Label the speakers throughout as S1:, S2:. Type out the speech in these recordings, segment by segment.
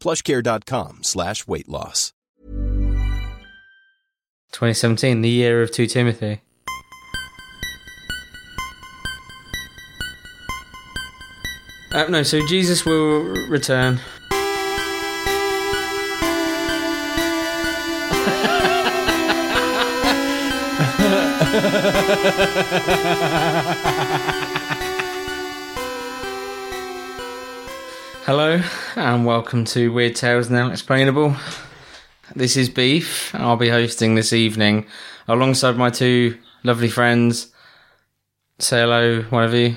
S1: plushcare.com slash weight loss.
S2: 2017, the year of 2 Timothy. Uh, no, so Jesus will return. Hello, and welcome to Weird Tales Now Explainable. This is Beef. I'll be hosting this evening alongside my two lovely friends. Say hello, one of you.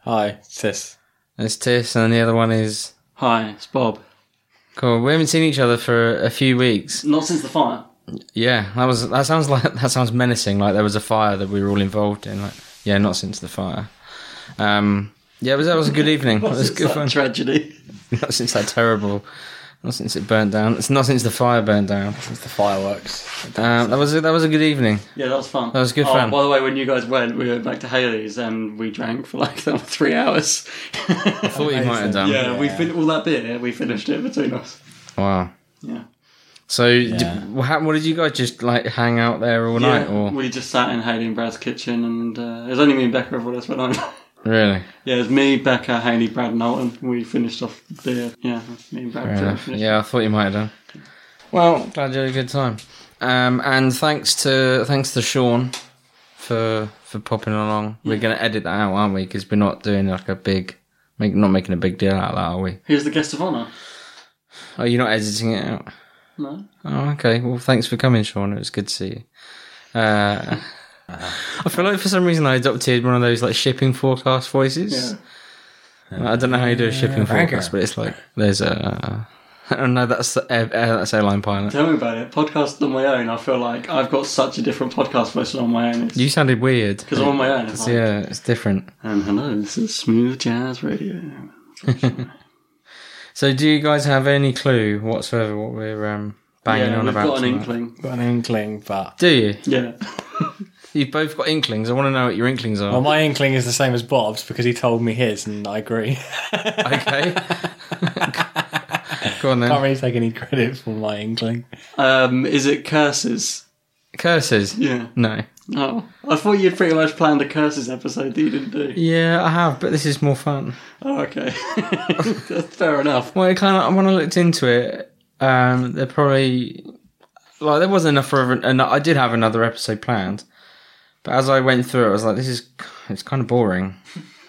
S3: Hi, sis.
S2: It's Tiss, and the other one is.
S3: Hi, it's Bob.
S2: Cool. We haven't seen each other for a few weeks.
S3: Not since the fire.
S2: Yeah, that was that sounds like that sounds menacing. Like there was a fire that we were all involved in. Like yeah, not since the fire. Um, yeah, it was that was a good evening. It was
S3: Since
S2: good
S3: that
S2: fun.
S3: Tragedy.
S2: Not since that terrible. Not since it burnt down. It's not since the fire burnt down.
S4: It's the fireworks.
S2: Um, that was a, that was a good evening.
S3: Yeah, that was fun. That
S2: was good fun.
S3: By the way, when you guys went, we went back to Haley's and we drank for like three hours.
S2: I thought you might have done.
S3: yeah, we fin- all that beer. We finished it between us.
S2: Wow.
S3: Yeah.
S2: So Did, wha- how, what did you guys just like hang out there all night
S3: yeah,
S2: or
S3: we just sat in Haley and Brad's kitchen, and uh, it was only me and Becca. Everyone else went home.
S2: really?
S3: yeah, it was me, Becca, Haley, Brad, and Alton. We finished off beer. Yeah, me and
S2: Fair
S3: Brad.
S2: enough.
S3: finished.
S2: Yeah, I thought you might have done. Well, glad you had a good time. Um, and thanks to thanks to Sean for for popping along. We're going to edit that out, aren't we? Because we're not doing like a big, make, not making a big deal out of that, are we?
S3: Who's the guest of honour?
S2: Oh, you're not editing it out.
S3: No.
S2: Oh, okay. Well, thanks for coming, Sean. It was good to see you. Uh, I feel like for some reason I adopted one of those like shipping forecast voices. I don't know how you do a shipping forecast, but it's like there's a. I don't know. That's uh, uh, that's airline pilot.
S3: Tell me about it. Podcast on my own, I feel like I've got such a different podcast version on my own. It's
S2: You sounded weird.
S3: Because I'm on my own. It's like,
S2: Yeah, it's different.
S3: And hello, this is Smooth Jazz Radio.
S2: So, do you guys have any clue whatsoever what we're um, banging
S3: yeah,
S2: on
S3: we've
S2: about?
S3: got an
S2: tonight?
S3: inkling.
S4: Got an inkling, but
S2: Do you?
S3: Yeah.
S2: You've both got inklings. I want to know what your inklings are.
S4: well, my inkling is the same as Bob's because he told me his, and I agree.
S2: okay. Go on then.
S4: Can't really take any credit for my inkling.
S3: Um, is it curses?
S2: Curses.
S3: Yeah.
S2: No.
S3: Oh, I thought you'd pretty much planned a curses episode that you didn't do.
S2: Yeah, I have, but this is more fun.
S3: Oh, okay. That's fair enough.
S2: Well, it kind of when I looked into it, um, there probably like there wasn't enough for an, I did have another episode planned, but as I went through it, I was like, this is it's kind of boring.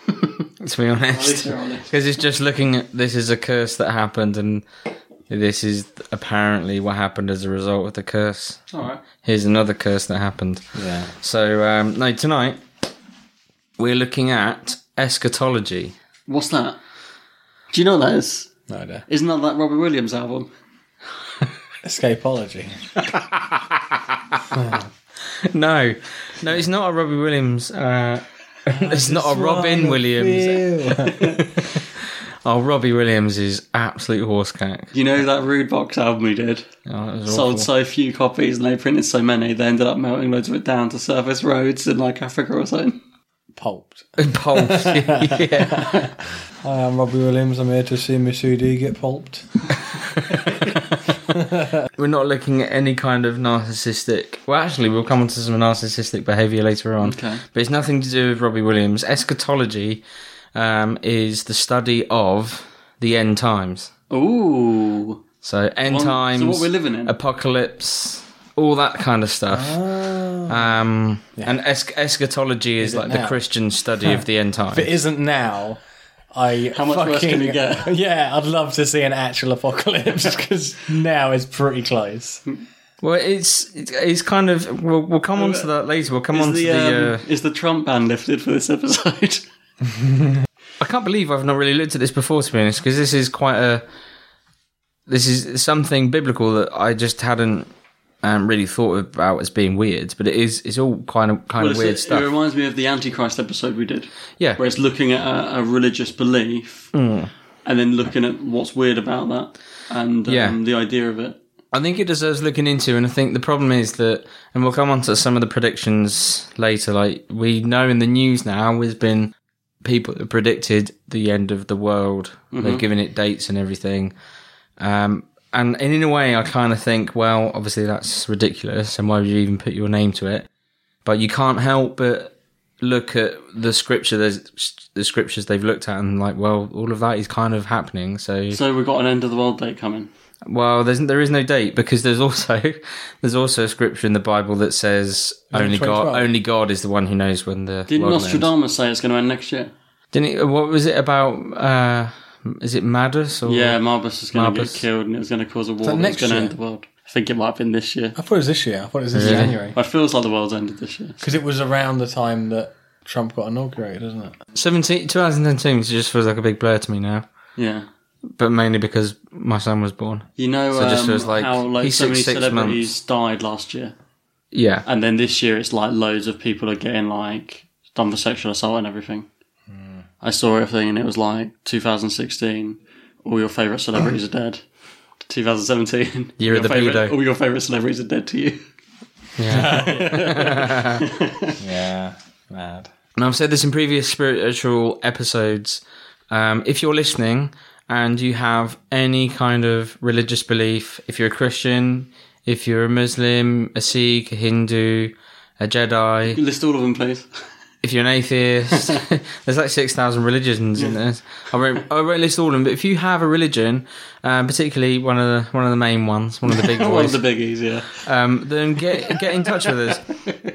S2: to be
S3: At least
S2: honest,
S3: they're honest.
S2: because it's just looking at this is a curse that happened, and this is apparently what happened as a result of the curse.
S3: All right.
S2: Here's another curse that happened.
S4: Yeah.
S2: So um, no, tonight we're looking at eschatology.
S3: What's that? Do you know what that is?
S4: No idea.
S3: Isn't that that Robbie Williams album?
S4: Escapology.
S2: No, no, it's not a Robbie Williams. Uh, it's not a Robin Williams. Oh, Robbie Williams is absolute horse cack.
S3: You know that Rude Box album he did?
S2: Oh, that was awful.
S3: Sold so few copies and they printed so many, they ended up melting loads of it down to surface roads in like Africa or something.
S4: Pulped.
S2: Pulse. yeah.
S4: Hi, I'm Robbie Williams. I'm here to see Masudi get pulped.
S2: We're not looking at any kind of narcissistic. Well, actually, we'll come on to some narcissistic behaviour later on.
S3: Okay.
S2: But it's nothing to do with Robbie Williams. Eschatology um, is the study of the end times.
S3: Ooh.
S2: So end
S3: One- so
S2: times,
S3: what we're living in.
S2: apocalypse, all that kind of stuff.
S3: Ah.
S2: um, And es- eschatology is,
S4: it
S2: like the
S4: now?
S2: Christian study of the end times.
S4: If it isn't now, I
S3: How much
S4: fucking,
S3: worse can it get?
S4: Yeah, I'd love to see an actual apocalypse because now is pretty close.
S3: Hmm.
S2: Well, it's it's- it's kind of we'll, we'll come on to that later. We'll come on
S3: Is
S2: to
S3: the,
S2: the.
S3: um,
S2: uh,
S3: is the Trump ban lifted for this episode?
S2: I can't believe I've not really looked at this before, to be honest, because this is quite a. This is something biblical that I just hadn't um, really thought about as being weird, but it is. It's all kind of kind of
S3: Well,
S2: weird
S3: it's-
S2: stuff.
S3: It reminds me of the Antichrist episode we did.
S2: Yeah. Mm.
S3: Where it's looking at a, a religious belief and then looking at what's weird about that and um,
S2: Yeah.
S3: the idea of it.
S2: I think it deserves looking into, and I think the problem is that, and we'll come on to some of the predictions later. Like we know in the news now, there's been people that predicted the end of the world. They've given it dates and everything. Um, and and in a way, I kind of think, well, obviously that's ridiculous, and why would you even put your name to it? But you can't help but look at the scripture, there's the scriptures they've looked at, and like, well, all of that is kind of happening.
S3: So we've got an end of the world date coming.
S2: Well, there's there is no date because there's also there's also a scripture in the Bible that says only God
S4: 2012?
S2: only God is the one who knows when the
S3: Didn't
S2: world will end.
S3: Nostradamus say it's going to end next year?
S2: Didn't it, what was it about? Uh, is it Madras or
S3: Yeah, Marbus is going to get
S2: Marbus.
S3: killed and it was going to cause a war that was
S4: next
S3: going to
S4: year?
S3: end the world. I think it might have been this year.
S4: I thought it was this year. I thought it was this
S2: Really?
S4: January
S3: It feels like the world's ended this year.
S4: because it was around the time that Trump got inaugurated, isn't it?
S2: 17, 2010 just feels like a big blur to me now,
S3: Yeah.
S2: but mainly because my son was born.
S3: You know
S2: So it just
S3: um,
S2: feels like
S3: how like
S2: he's
S3: so many
S2: six- six
S3: celebrities died last year,
S2: Yeah,
S3: and then this year it's like loads of people are getting like done for sexual assault and everything.
S2: Hmm.
S3: I saw a thing and it was like 2016, all your favorite celebrities are dead. 2017,
S2: Year
S3: all
S2: of the
S3: your favourite-
S2: pedo.
S3: all your favorite celebrities are dead to you.
S4: Yeah, mad.
S2: and I've said this in previous spiritual episodes. Um, if you're listening and you have any kind of religious belief, if you're a Christian, if you're a Muslim, a Sikh, a Hindu, a Jedi,
S3: List all of them, please.
S2: if you're an atheist, there's like 6,000 religions in this. I won't, I won't list all of them, but if you have a religion, um, particularly one of the one of the main ones, one of the big
S3: One of
S2: ones,
S3: the biggies, yeah.
S2: um, then get get in touch with us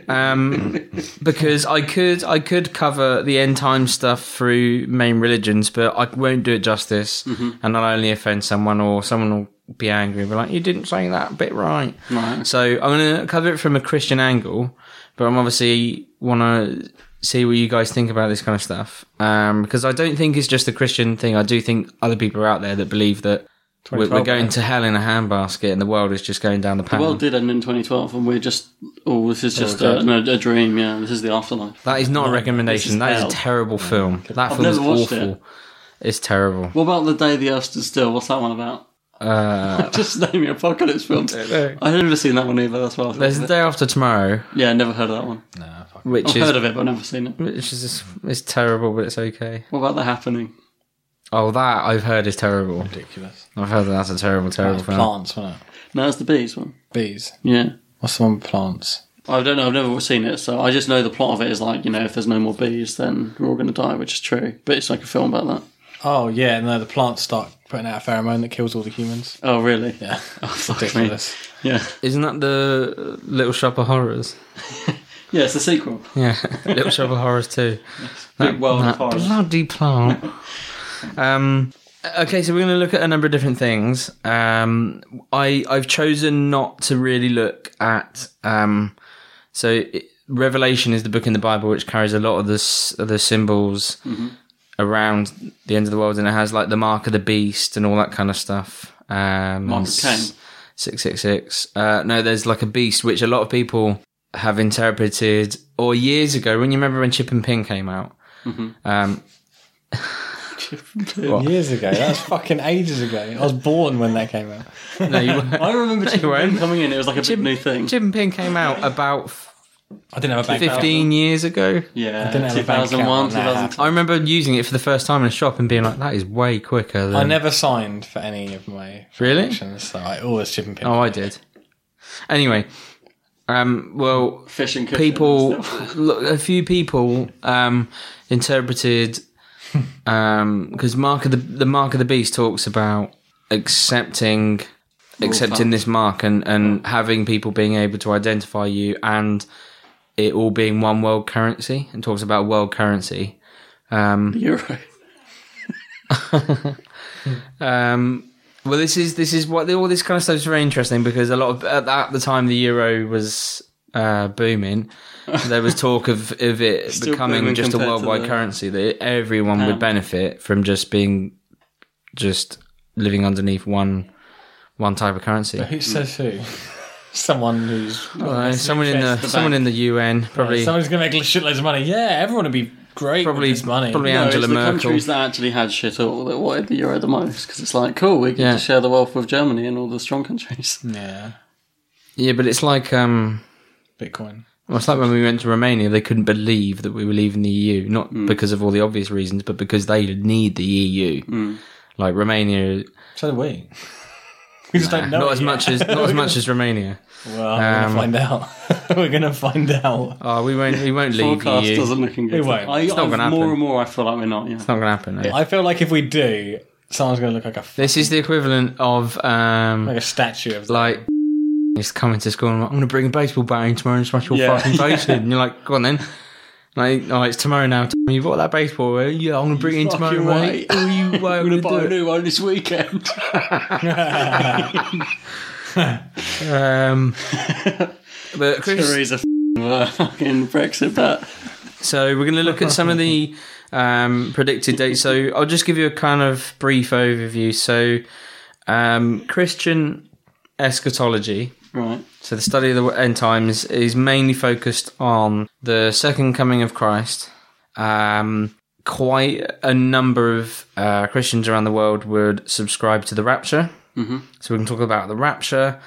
S2: um, because I could I could cover the end time stuff through main religions, but I won't do it justice, and I'll only offend someone or someone will be angry and be like, "You didn't say that bit right."
S3: Right.
S2: So I'm going to cover it from a Christian angle, but I'm obviously want to see what you guys think about this kind of stuff um, because I don't think it's just a Christian thing. I do think other people are out there that believe that. We're we're
S4: 2012,
S2: going to hell in a handbasket, and the world is just going down the pan.
S3: Well, it did end in 2012, and we're just oh, this is just a, no, a dream. Yeah, this is the afterlife.
S2: That is not a
S3: this is
S2: recommendation. That is
S3: hell.
S2: a terrible film. That
S3: I've
S2: film is
S3: never watched
S2: awful.
S3: it.
S2: It's terrible.
S3: What about the day the earth stood still? What's that one about?
S2: Uh,
S3: Just name your apocalypse films. I've never seen that one either. That's why. I thought
S2: there's
S3: of
S2: the
S3: it.
S2: day after tomorrow,
S3: yeah, never heard of that one.
S2: which
S3: I've
S2: is
S3: heard of it, but never seen it.
S2: which is just, it's terrible, but it's okay.
S3: What about the happening?
S2: Oh, that I've heard is terrible.
S4: Ridiculous.
S2: I've heard that that's a terrible, terrible
S4: That's
S2: film.
S4: plants, wasn't it?
S3: No, it's the bees one.
S4: Bees.
S3: Yeah,
S4: What's the one with plants?
S3: I don't know. I've never seen it, so I just know the plot of it is like you know, if there's no more bees, then we're all going to die, which is true. But it's like a film about that.
S4: Oh yeah, no, the plants start putting out a pheromone that kills all the humans.
S3: Oh, really?
S4: Yeah,
S3: fuck
S4: ridiculous.
S3: Yeah,
S2: Isn't that the Little Shop of Horrors?
S3: yeah. It's the sequel.
S2: Yeah, Little Shop of Horrors too.
S3: Big World
S2: that
S3: of Horrors.
S2: bloody plant. um, okay, so we're going to look at a number of different things. Um, I I've chosen not to really look at. Um, so it, Revelation is the book in the Bible which carries a lot of the s- of the symbols
S3: Mm-hmm.
S2: around the end of the world, and it has like the mark of the beast and all that kind of stuff. Um,
S3: Mark
S2: and
S3: of Cain.
S2: Six six six. Uh, no, there's like a beast which a lot of people have interpreted. Or years ago, when you remember when Chip and Pin came out, um,
S4: Years ago, that's fucking ages ago. I was born when that came out.
S2: no, you weren't.
S3: I remember Chip and
S2: won't.
S3: Pin coming in. It was like a big new thing.
S2: Chip and Pin came out about f-
S4: I didn't have a bank.
S2: 15 years ago.
S3: yeah,
S4: didn't have a bank account
S3: 2001,
S4: when that
S3: 2002.
S2: I remember using it for the first time in a shop and being like, that is way quicker than.
S4: I never signed for any of my
S2: Really?
S4: collections, so I always chip and pin.
S2: Oh, I did. Anyway, um, well,
S3: Fish and cushions.
S2: people, look, a few people um, interpreted um, because mark of the the mark of the beast talks about accepting accepting this mark and, and having people being able to identify you and it all being one world currency and talks about world currency.
S3: Euro.
S2: Um, well, this is this is what all this kind of stuff is very interesting because a lot of at, at the time the euro was uh, booming, there was talk of of it
S3: Still
S2: becoming
S3: booming
S2: just a
S3: compared to
S2: worldwide
S3: the-
S2: currency that everyone would
S3: Pound.
S2: benefit from just being just living underneath one one type of currency.
S4: Who says who? Someone who's
S2: Uh, someone in the
S4: Yes,
S2: someone in the UN probably
S4: someone's gonna make shitloads of money. Yeah, everyone would be great.
S2: Probably-
S4: with this money.
S2: probably
S3: No, it's
S2: Angela
S3: the
S2: Merkel.
S3: countries that actually had shit all that wanted the euro the most because it's like, cool, we get
S2: Yeah.
S3: to share the wealth with Germany and all the strong countries.
S4: yeah,
S2: yeah, but it's like um.
S4: Bitcoin.
S2: Well, it's like when we went to Romania, they couldn't believe that we were leaving the EU, not
S3: Mm.
S2: because of all the obvious reasons, but because they need the EU.
S3: Mm.
S2: Like Romania,
S4: So do we. We just don't know.
S2: not
S4: it
S2: as
S4: yet.
S2: much as not as much as um, Romania.
S4: Well, we're gonna find out. we're gonna find out.
S2: Oh, we won't we won't leave the
S3: Forecast
S2: EU. It's
S3: doesn't looking good.
S4: It won't.
S3: I,
S4: It's
S2: not
S3: I've-
S2: gonna
S3: More
S2: happen.
S3: and more, I feel like we're not. Yeah.
S2: not going to happen. eh?
S4: I feel like if we do, someone's gonna look like a f-
S2: This is the equivalent of um,
S4: like a statue of
S2: like he's coming to school and like, I'm going to bring a baseball bat in tomorrow and smash your
S3: Yeah,
S2: fucking face in. And you're like, go on then. Like, oh, it's tomorrow now. Tom. You bought that baseball? eh? Yeah, I'm going to bring it in tomorrow,
S3: fucking
S2: mate.
S3: right.
S2: Oh, you, why
S3: I'm going to
S2: would you do
S3: buy a
S2: it?
S3: new one this weekend.
S2: Um, but Chris,
S3: Theresa f***ing were fucking Brexit bet.
S2: So we're going to look at some of the um, predicted dates. So I'll just give you a kind of brief overview. So um, Christian eschatology,
S3: Right.
S2: so the study of the end times, is mainly focused on the second coming of Christ. Um, quite a number of uh, Christians around the world would subscribe to the rapture. Mm-hmm. So we can talk about the rapture.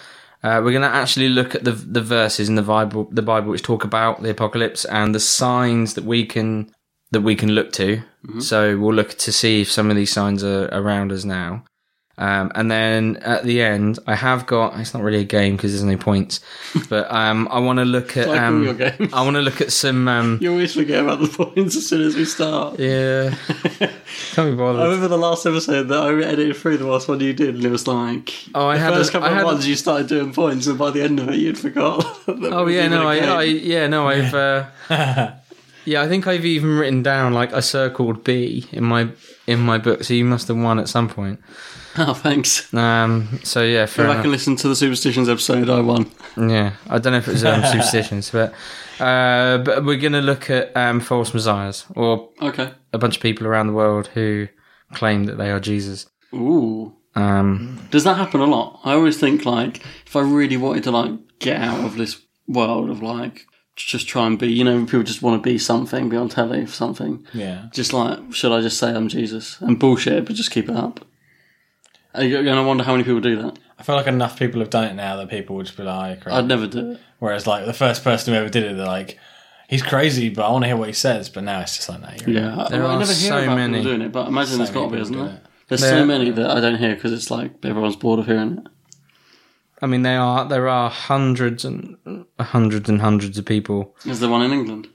S2: Uh, we're going to actually look at the the verses in the Bible, the Bible which talk about the apocalypse and the signs that we can that we can look to.
S3: Mm-hmm.
S2: So we'll look to see if some of these signs are around us now. Um, and then at the end, I have got. It's not really a game because there's no points, but um, I want to look at.
S3: Like all
S2: Um,
S3: your games.
S2: I want to look at some. Um,
S3: You always forget about the points as soon as we start.
S2: yeah, can't be
S3: I
S2: bothered.
S3: remember the last episode that I edited through the last one you did, and it was like
S2: Oh, I
S3: the
S2: had
S3: first
S2: a-
S3: couple
S2: I
S3: of
S2: had a-
S3: ones you started doing points, and by the end of it, you'd forgot.
S2: Oh yeah, no, I, I yeah, no, I've uh, yeah, I think I've even written down like I circled B in my in my book, so you must have won at some point.
S3: Oh, thanks.
S2: Um, so yeah, fair
S3: Go back
S2: enough.
S3: and listen to the superstitions episode. I won.
S2: yeah, I don't know if it was um, superstitions, but uh, but we're gonna look at um, false messiahs or
S3: Okay.
S2: a bunch of people around the world who claim that they are Jesus.
S3: Ooh.
S2: Um,
S3: Does that happen a lot? I always think like if I really wanted to like get out of this world of like just try and be, you know, people just want to be something, be on telly for something.
S4: yeah.
S3: Just like should I just say I'm Jesus and bullshit, but just keep it up. And you- and I wonder how many people do that.
S4: I feel like enough people have done it now that people would just be like, "Oh,
S3: I'd never do it.
S4: Whereas, like, the first person who ever did it, they're like, he's crazy, but I want to hear what he says. But now it's just like, no, you're
S3: Yeah, I-
S2: There
S3: I
S2: are
S3: never hear
S2: so
S3: about
S2: many.
S3: people doing it, but I imagine there's got to be,
S4: many
S3: isn't
S4: people do
S3: there? There's
S2: There-
S3: so many that I don't hear because it's like everyone's bored of hearing it.
S2: I mean, they are there are hundreds and hundreds and hundreds of people.
S3: Is there one in England?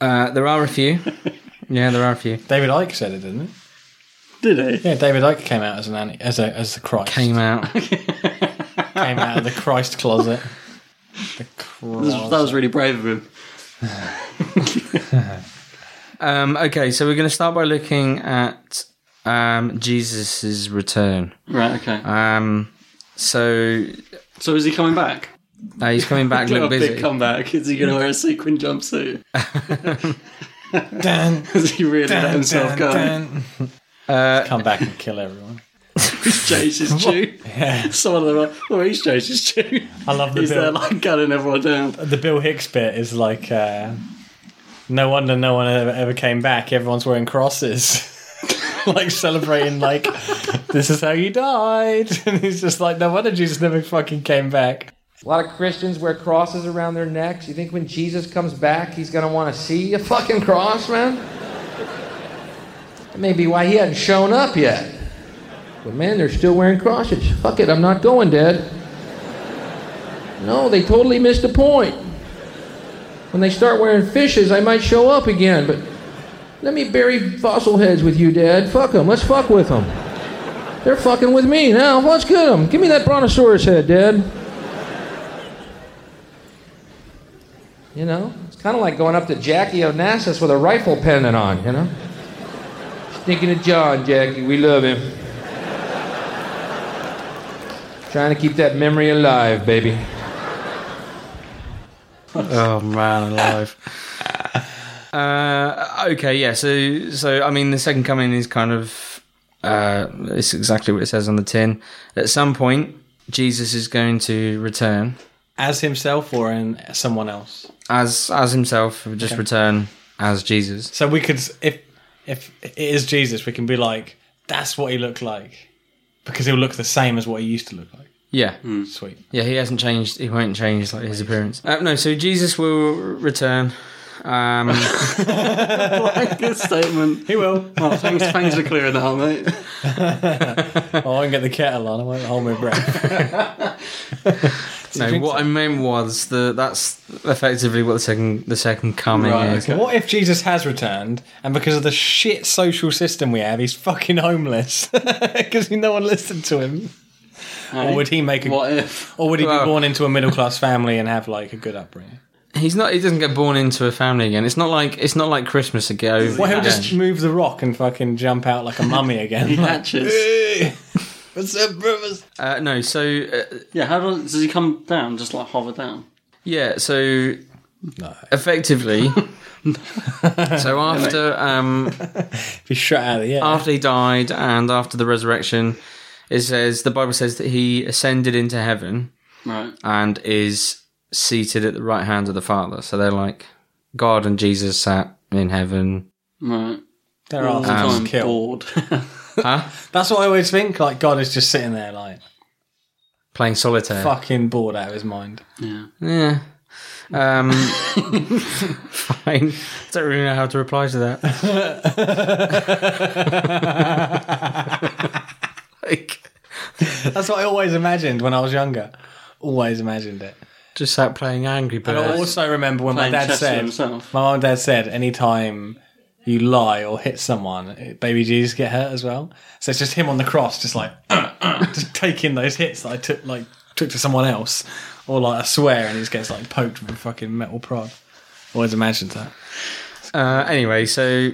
S2: Uh, there are a few. Yeah, there are a few.
S4: David Icke said it, didn't he?
S3: Did it?
S4: Yeah, David Icke came out as an anti- as a as the Christ
S2: Came out.
S4: Came out of the Christ closet. The Christ.
S3: That was really brave of him.
S2: Um, okay, so we're going to start by looking at um, Jesus' return.
S3: Right. Okay.
S2: Um, so
S3: So is he coming back?
S2: uh, he's coming back.
S3: Got
S2: look
S3: a big
S2: busy.
S3: comeback. Is he going to wear a sequin jumpsuit?
S4: Dun,
S3: Has he really let
S4: dun,
S3: himself
S4: dun,
S3: go?
S4: dun.
S2: Uh,
S4: Come back and kill everyone.
S3: Chase his tune. Some of them are, well, he's Chase his tune.
S4: I love the
S3: He's there
S4: Bill.
S3: like gunning everyone down.
S4: the Bill Hicks bit is like, uh, no wonder no one ever, ever came back. Everyone's wearing crosses. like celebrating, like, this is how you died. And he's just like, no wonder Jesus never fucking came back.
S5: A lot of Christians wear crosses around their necks. You think when Jesus comes back, he's going to want to see a fucking cross, man? That may be why he hadn't shown up yet. But man, they're still wearing crosses. Fuck it, I'm not going, Dad. No, they totally missed the point. When they start wearing fishes, I might show up again, but let me bury fossil heads with you, Dad. Fuck them. Let's fuck with them. They're fucking with me now. Let's get them. Give me that brontosaurus head, Dad. You know, it's kind of like going up to Jackie Onassis with a rifle pendant on. You know, thinking of John, Jackie. We love him. Trying to keep that memory alive, baby.
S2: Oh man, alive. uh, okay, yeah. So, so I mean, the second coming is kind of uh, it's exactly what it says on the tin. At some point, Jesus is going to return
S4: As himself or in someone else.
S2: as as himself, just return as Jesus.
S4: So we could, if if it is Jesus, we can be like, that's what he looked like, because he'll look the same as what he used to look like.
S2: Yeah,
S4: Sweet.
S2: yeah. He hasn't changed. He won't change like his appearance. Uh, no. So Jesus will return. Um,
S3: Good statement.
S4: He will.
S3: Well, thanks, thanks for clearing that up, mate.
S4: Oh, I won't get the kettle on. I won't hold my breath.
S2: no, what I meant was the that's effectively what the second the second coming
S3: Right,
S2: is.
S3: okay.
S4: What if Jesus has returned, and because of the shit social system we have, he's fucking homeless because no one listened to him? Or would he make a?
S3: What if?
S4: Or would he be
S2: Well-
S4: born into a middle class family and have like a good upbringing?
S2: He's not. He doesn't get born into a family again. It's not like it's not like Christmas to get over.
S4: Well, he'll
S2: again.
S4: just move the rock and fucking jump out like a mummy
S3: He
S4: again. Like,
S3: hatches.
S4: What's up, brothers?
S2: Uh, no. So uh,
S3: Yeah, how does, does he come down? Just like hover down?
S2: yeah. So effectively. so after um,
S4: Be shot out of the air.
S2: after he died and after the resurrection, it says the Bible says that he ascended into heaven
S3: Right.
S2: and is seated at the right hand of the Father. So they're like God and Jesus sat in heaven.
S3: Right.
S4: They're all
S3: Sometimes
S4: just killed.
S3: bored.
S2: Huh?
S4: That's what I always think. Like God is just sitting there, like
S2: Playing solitaire.
S4: fucking bored out of his mind.
S2: Yeah. Um, fine. Don't really know how to reply to that. like,
S4: That's what I always imagined when I was younger. Always imagined it.
S2: just sat playing Angry
S4: And I
S2: Birds.
S4: also remember when my dad
S3: Playing chess with
S4: said,
S3: himself.
S4: my mum and dad said, anytime you lie or hit someone, baby Jesus get hurt as well. So it's just him on the cross, just like just taking those hits that I took like took to someone else, or like I swear, and he just gets like poked with a fucking metal prod. Always imagined that.
S2: Uh, anyway, so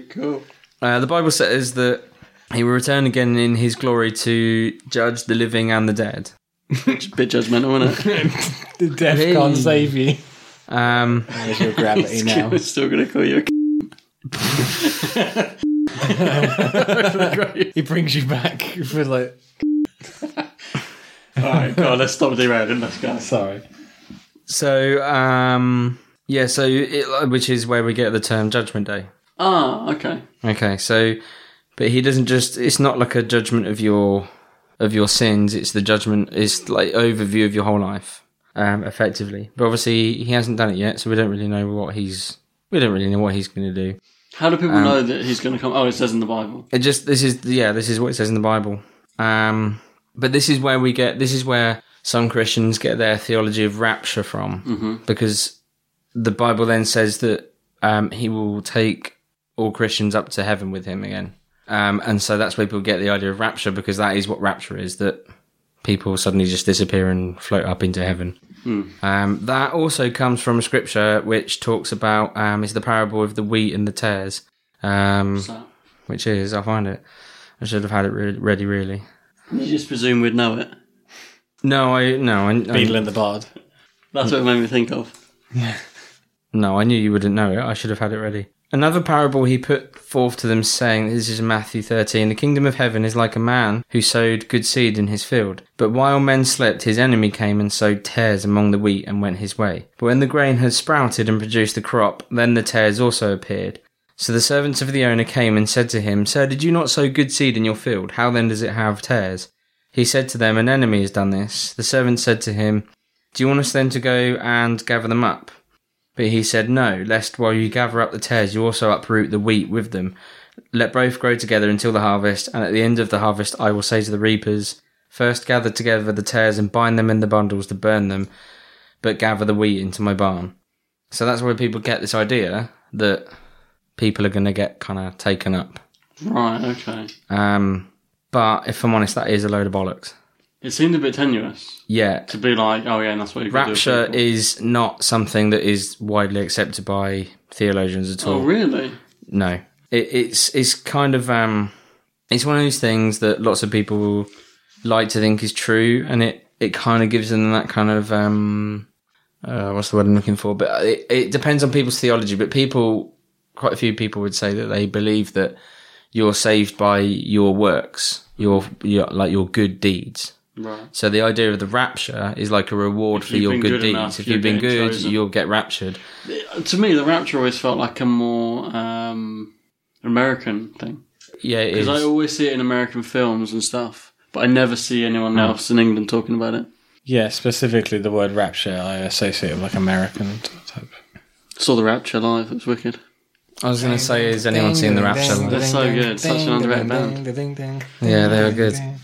S2: uh, the Bible says that he will return again in his glory to judge the living and the dead.
S3: Bit judgmental, isn't it?
S4: The death
S2: Hey.
S4: can't save you.
S2: Um,
S4: There's your gravity now.
S3: I'm still gonna call you. a c-
S4: He brings you back for like
S3: All right, God, let's stop derailing. Let's go.
S4: sorry.
S2: so, um, yeah, so it, which is where we get the term Judgment Day.
S3: Ah, okay.
S2: Okay, so but he doesn't just it's not like a judgment of your of your sins, it's the judgment it's like overview of your whole life. Um effectively. But obviously he hasn't done it yet, so we don't really know what he's we don't really know what he's going to do.
S3: How do
S2: Um,
S3: people know that he's gonna come? Oh, it says in the Bible.
S2: It just this is yeah, this is what it says in the Bible. Um but this is where we get this is where some Christians get their theology of rapture from because the Bible then says that um he will take all Christians up to heaven with him again. Um and so that's where people get the idea of rapture because that is what rapture is that people suddenly just disappear and float up into heaven. Um, that also comes from a scripture which talks about um, is the parable of the wheat and the tares. Um,
S3: that?
S2: which is I'll find it. I should have had it re- ready, really.
S3: You just presume we'd know it.
S2: No, I no, I,
S4: Beetle
S2: I
S4: in the bard.
S3: That's what it made me think of.
S2: no, I knew you wouldn't know it. I should have had it ready. Another parable he put forth to them, saying, "This is Matthew thirteen. The kingdom of heaven is like a man who sowed good seed in his field. But while men slept, his enemy came and sowed tares among the wheat and went his way. But when the grain had sprouted and produced the crop, then the tares also appeared." So the servants of the owner came and said to him, Sir, did you not sow good seed in your field? How then does it have tares? He said to them, An enemy has done this. The servant said to him, Do you want us then to go and gather them up? But he said, No, lest while you gather up the tares, you also uproot the wheat with them. Let both grow together until the harvest, and at the end of the harvest I will say to the reapers, First gather together the tares and bind them in the bundles to burn them, but gather the wheat into my barn. So that's where people get this idea that people are going to get kind of taken up.
S3: Right. Okay.
S2: Um, But if I'm honest, that is a load of bollocks.
S3: It seemed a bit tenuous
S2: Yeah.
S3: to be like, oh yeah, and that's what you can do with
S2: Rapture
S3: people.
S2: is not something that is widely accepted by theologians at all.
S3: Oh really?
S2: No, it, it's it's kind of um, it's one of those things that lots of people like to think is true, and it it kind of gives them that kind of um, uh, what's the word I'm looking for? But it, it depends on people's theology. But people, quite a few people would say that they believe that you're saved by your works, your, your like your good deeds.
S3: Right.
S2: So the idea of the rapture is like a reward for
S3: you've
S2: your
S3: been
S2: good,
S3: good
S2: deeds.
S3: enough,
S2: if
S3: you're
S2: you've been
S3: getting
S2: good,
S3: chosen.
S2: you'll get raptured.
S3: To me, the rapture always felt like a more um, American thing
S2: Yeah, it is.
S3: because I always see it in American films and stuff, but I never see anyone
S2: Hmm.
S3: else in England talking about it.
S4: Yeah, specifically the word rapture, I associate with like American type.
S3: Saw the rapture live. It was wicked.
S2: I was going to say, has anyone seen the rapture?
S3: They're so good. Such an underrated band.
S4: band.
S2: Yeah, they were good. Oh.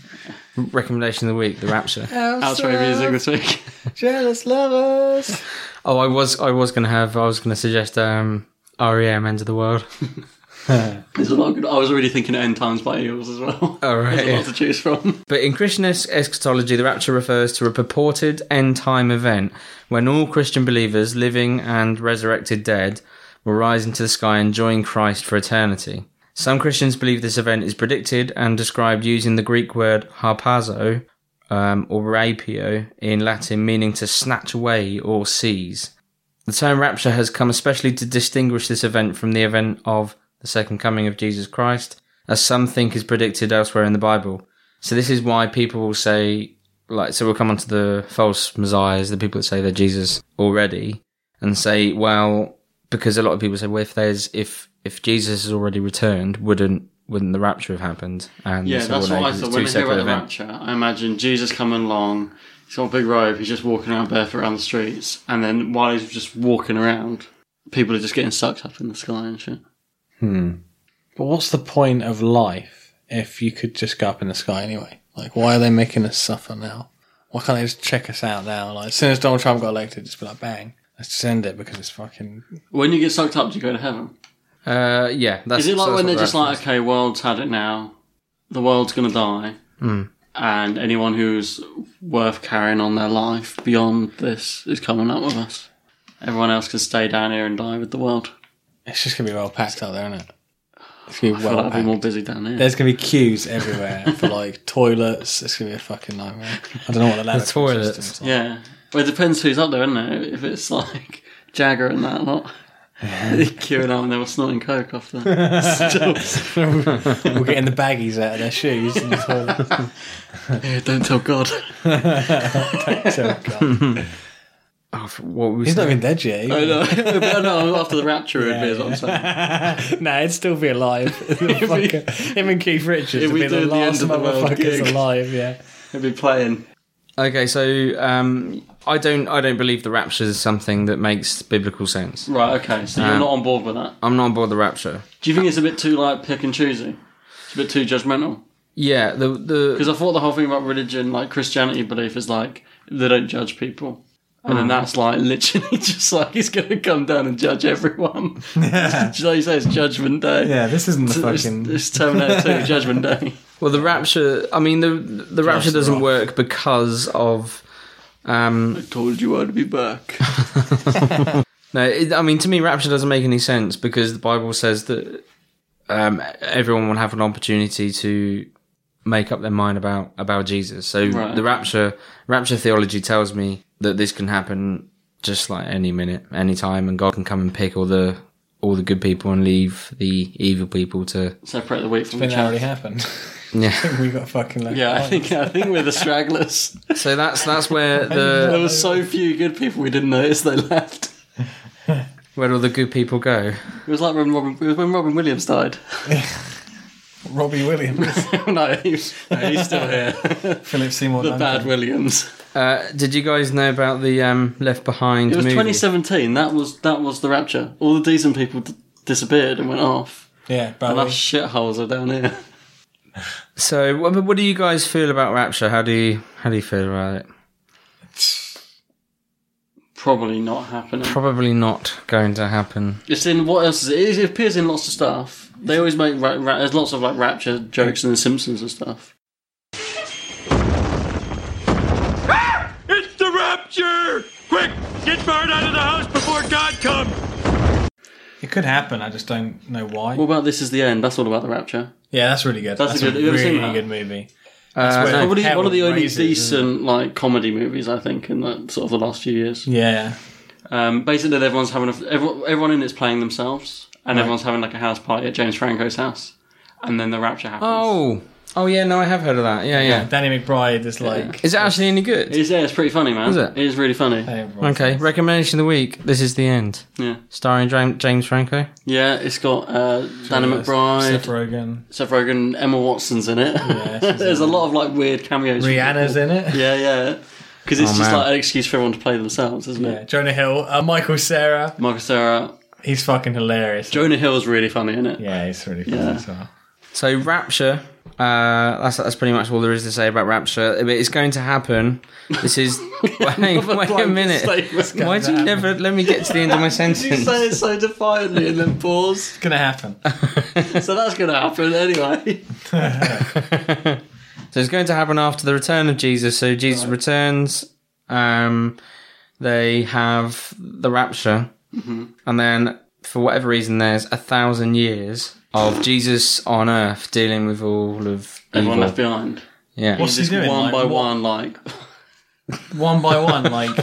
S2: Recommendation of the week: The Rapture.
S3: Outro music this week.
S4: Jealous lovers.
S2: oh, I was I was gonna have I was gonna suggest um REM End of the World.
S3: There's a lot. Of good, I was already thinking End Times by Eels as well.
S2: Oh, right,
S3: There's a lot
S2: yeah.
S3: to choose from.
S2: But in Christian es- eschatology, the rapture refers to a purported end time event when all Christian believers, living and resurrected dead, will rise into the sky and join Christ for eternity. Some Christians believe this event is predicted and described using the Greek word harpazo um, or rapio in Latin, meaning to snatch away or seize. The term rapture has come especially to distinguish this event from the event of the second coming of Jesus Christ, as some think is predicted elsewhere in the Bible. So this is why people will say, like, so we'll come on to the false messiahs, the people that say they're Jesus already, and say, well, because a lot of people say, well, if there's if if Jesus has already returned, wouldn't wouldn't the rapture have happened? And
S3: Yeah,
S2: so,
S3: that's
S2: well,
S3: what
S2: no,
S3: I
S2: 'cause
S3: thought
S2: it's
S3: when
S2: two
S3: I hear about
S2: separate
S3: the
S2: events.
S3: rapture. I imagine Jesus coming along. He's got a big robe. He's just walking around barefoot around the streets, and then while he's just walking around, people are just getting sucked up in the sky and shit.
S2: Hmm.
S4: But what's the point of life if you could just go up in the sky anyway? Like, why are they making us suffer now? Why can't they just check us out now? Like, as soon as Donald Trump got elected, just be like, bang, let's just end it because it's fucking.
S3: When you get sucked up, do you go to heaven?
S2: Uh, yeah, that's
S3: Is it like
S2: so that's
S3: when
S2: what
S3: they're
S2: the
S3: just
S2: rapture
S3: like, okay, world's had it now, the world's gonna die,
S2: Hmm.
S3: and anyone who's worth carrying on their life beyond this is coming up with us. Everyone else can stay down here and die with the world.
S4: It's just gonna be well packed out there, isn't it? It's gonna be
S3: Well,
S4: well
S3: I'll be more
S4: packed.
S3: busy down here.
S4: There's gonna be queues everywhere for like toilets. It's gonna be a fucking nightmare. I don't know what the ladder
S2: toilets.
S4: system's like.
S3: yeah, well, it depends who's up there, isn't it? If it's like Jagger and that lot, they're queuing up and they were snorting coke off the
S4: We're getting the baggies out of their shoes. in the toilet.
S3: Yeah, don't tell God.
S4: So, God.
S2: Oh, f- what were we
S4: He's not
S2: saying?
S4: even dead yet.
S3: I know. I know. After the rapture, would be is what I'm saying.
S4: nah, it'd still be alive. Fucker. Him and Keith Richards
S3: if
S4: would
S3: we
S4: be the
S3: did the
S4: last
S3: end of the world
S4: motherfuckers
S3: gig.
S4: alive. Yeah,
S3: They'd be playing.
S2: Okay, so um, I don't I don't believe the rapture is something that makes biblical sense.
S3: Right. Okay. So
S4: Um,
S3: you're not on board with that.
S2: Um, I'm not on board the rapture.
S3: Do you think it's a bit too like pick and choosy? It's a bit too judgmental.
S2: Yeah, the the
S3: Because I thought the whole thing about religion, like Christianity belief, is like they don't judge people. And
S2: Oh.
S3: then that's like literally just like he's going to come down and judge everyone. Yeah. like you say, it's Judgment Day.
S4: this isn't
S3: It's, it's Terminator 2, Judgment Day.
S2: Well, the rapture. I mean, the the rapture doesn't work because of. Um,
S3: I told you I'd be back.
S2: no, it, I mean, to me, rapture doesn't make any sense because the Bible says that um, everyone will have an opportunity to make up their mind about about Jesus. So
S3: Right.
S2: the rapture rapture theology tells me that this can happen just like any minute, any time, and God can come and pick all the all the good people and leave the evil people to
S3: Separate the wheat from the
S4: That already
S3: chaff.
S4: happened.
S2: yeah.
S4: we got fucking left.
S3: Yeah, I
S4: behind.
S3: think I think we're the stragglers.
S2: So that's that's where
S3: There
S2: the
S3: were so few good people we didn't notice they left.
S2: where all the good people go.
S3: It was like when Robin, it was when Robin Williams died.
S4: Robbie Williams,
S3: no, he's, no, he's still here.
S4: Philip Seymour
S3: The
S4: Duncan.
S3: bad Williams.
S2: Uh, did you guys know about the um, Left Behind
S3: It was
S2: movie?
S3: 2017. That was that was the rapture. All the decent people d- disappeared and went off.
S4: Yeah,
S3: And
S4: Bowie.
S3: us shitholes are down here.
S2: So, what, what do you guys feel about Rapture? How do you how do you feel about it?
S3: Probably not happening.
S2: Probably not going to happen.
S3: It's in what else is it? It appears in lots of stuff. They always make ra- ra- there's lots of like rapture jokes in The Simpsons and stuff.
S6: Butcher! Quick! Get Bart out of the house before God comes!
S4: It could happen. I just don't know why.
S3: What about This Is the End? That's all about the rapture.
S4: yeah, that's really good.
S3: That's a
S4: That's, a,
S3: good- you ever seen
S4: really
S3: that?
S4: good movie.
S2: Uh,
S4: where-
S2: no,
S3: Probably
S4: hell
S3: one of the only
S4: raises,
S3: decent like comedy movies I think in the sort of the last few years.
S4: Yeah,
S3: Um, basically, everyone's having a, everyone, everyone in it's playing themselves, and everyone's having like a house party at James Franco's house, and then the rapture happens.
S2: oh, oh yeah, no, I have heard of that. Yeah, yeah.
S4: Danny McBride is like.
S2: Is it actually any good?
S3: It's, yeah, it's pretty funny, man.
S2: Is it?
S3: It is really funny.
S2: Okay, recommendation of the week. This is the end.
S3: Yeah,
S2: Starring Jam- James Franco.
S3: yeah. It's got uh,
S4: Seth
S3: Danny McBride,
S4: Rogen.
S3: Seth Rogen, Emma Watson's in it.
S4: she's
S3: There's a lot of like weird cameos.
S4: Rihanna's in it.
S3: Yeah, yeah. Because it's
S2: Oh,
S3: just
S2: man.
S3: like an excuse for everyone to play themselves, isn't
S4: Yeah,
S3: it?
S4: Jonah Hill, uh, Michael Sarah.
S3: Marcus Sarah,
S4: He's fucking hilarious.
S3: Jonah Hill's really funny, isn't it?
S4: yeah, he's really funny as well.
S2: So Rapture. Uh, that's that's pretty much all there is to say about Rapture. But It's going to happen. This is wait, wait a minute. Why do you never let me get to the end of my
S3: You
S2: sentence?
S3: say it so defiantly and then pause.
S4: It's gonna happen.
S3: So that's going to happen anyway.
S2: So it's going to happen after the return of Jesus. So Jesus returns. Um, they have the rapture,
S3: Mm-hmm.
S2: and then for whatever reason, there's a thousand years of Jesus on Earth dealing with all of
S3: Everyone
S2: evil.
S3: left behind.
S2: Yeah,
S4: What's he
S3: Just
S4: doing?
S3: one
S4: Like,
S3: by
S4: what-
S3: one, like
S4: One by one, like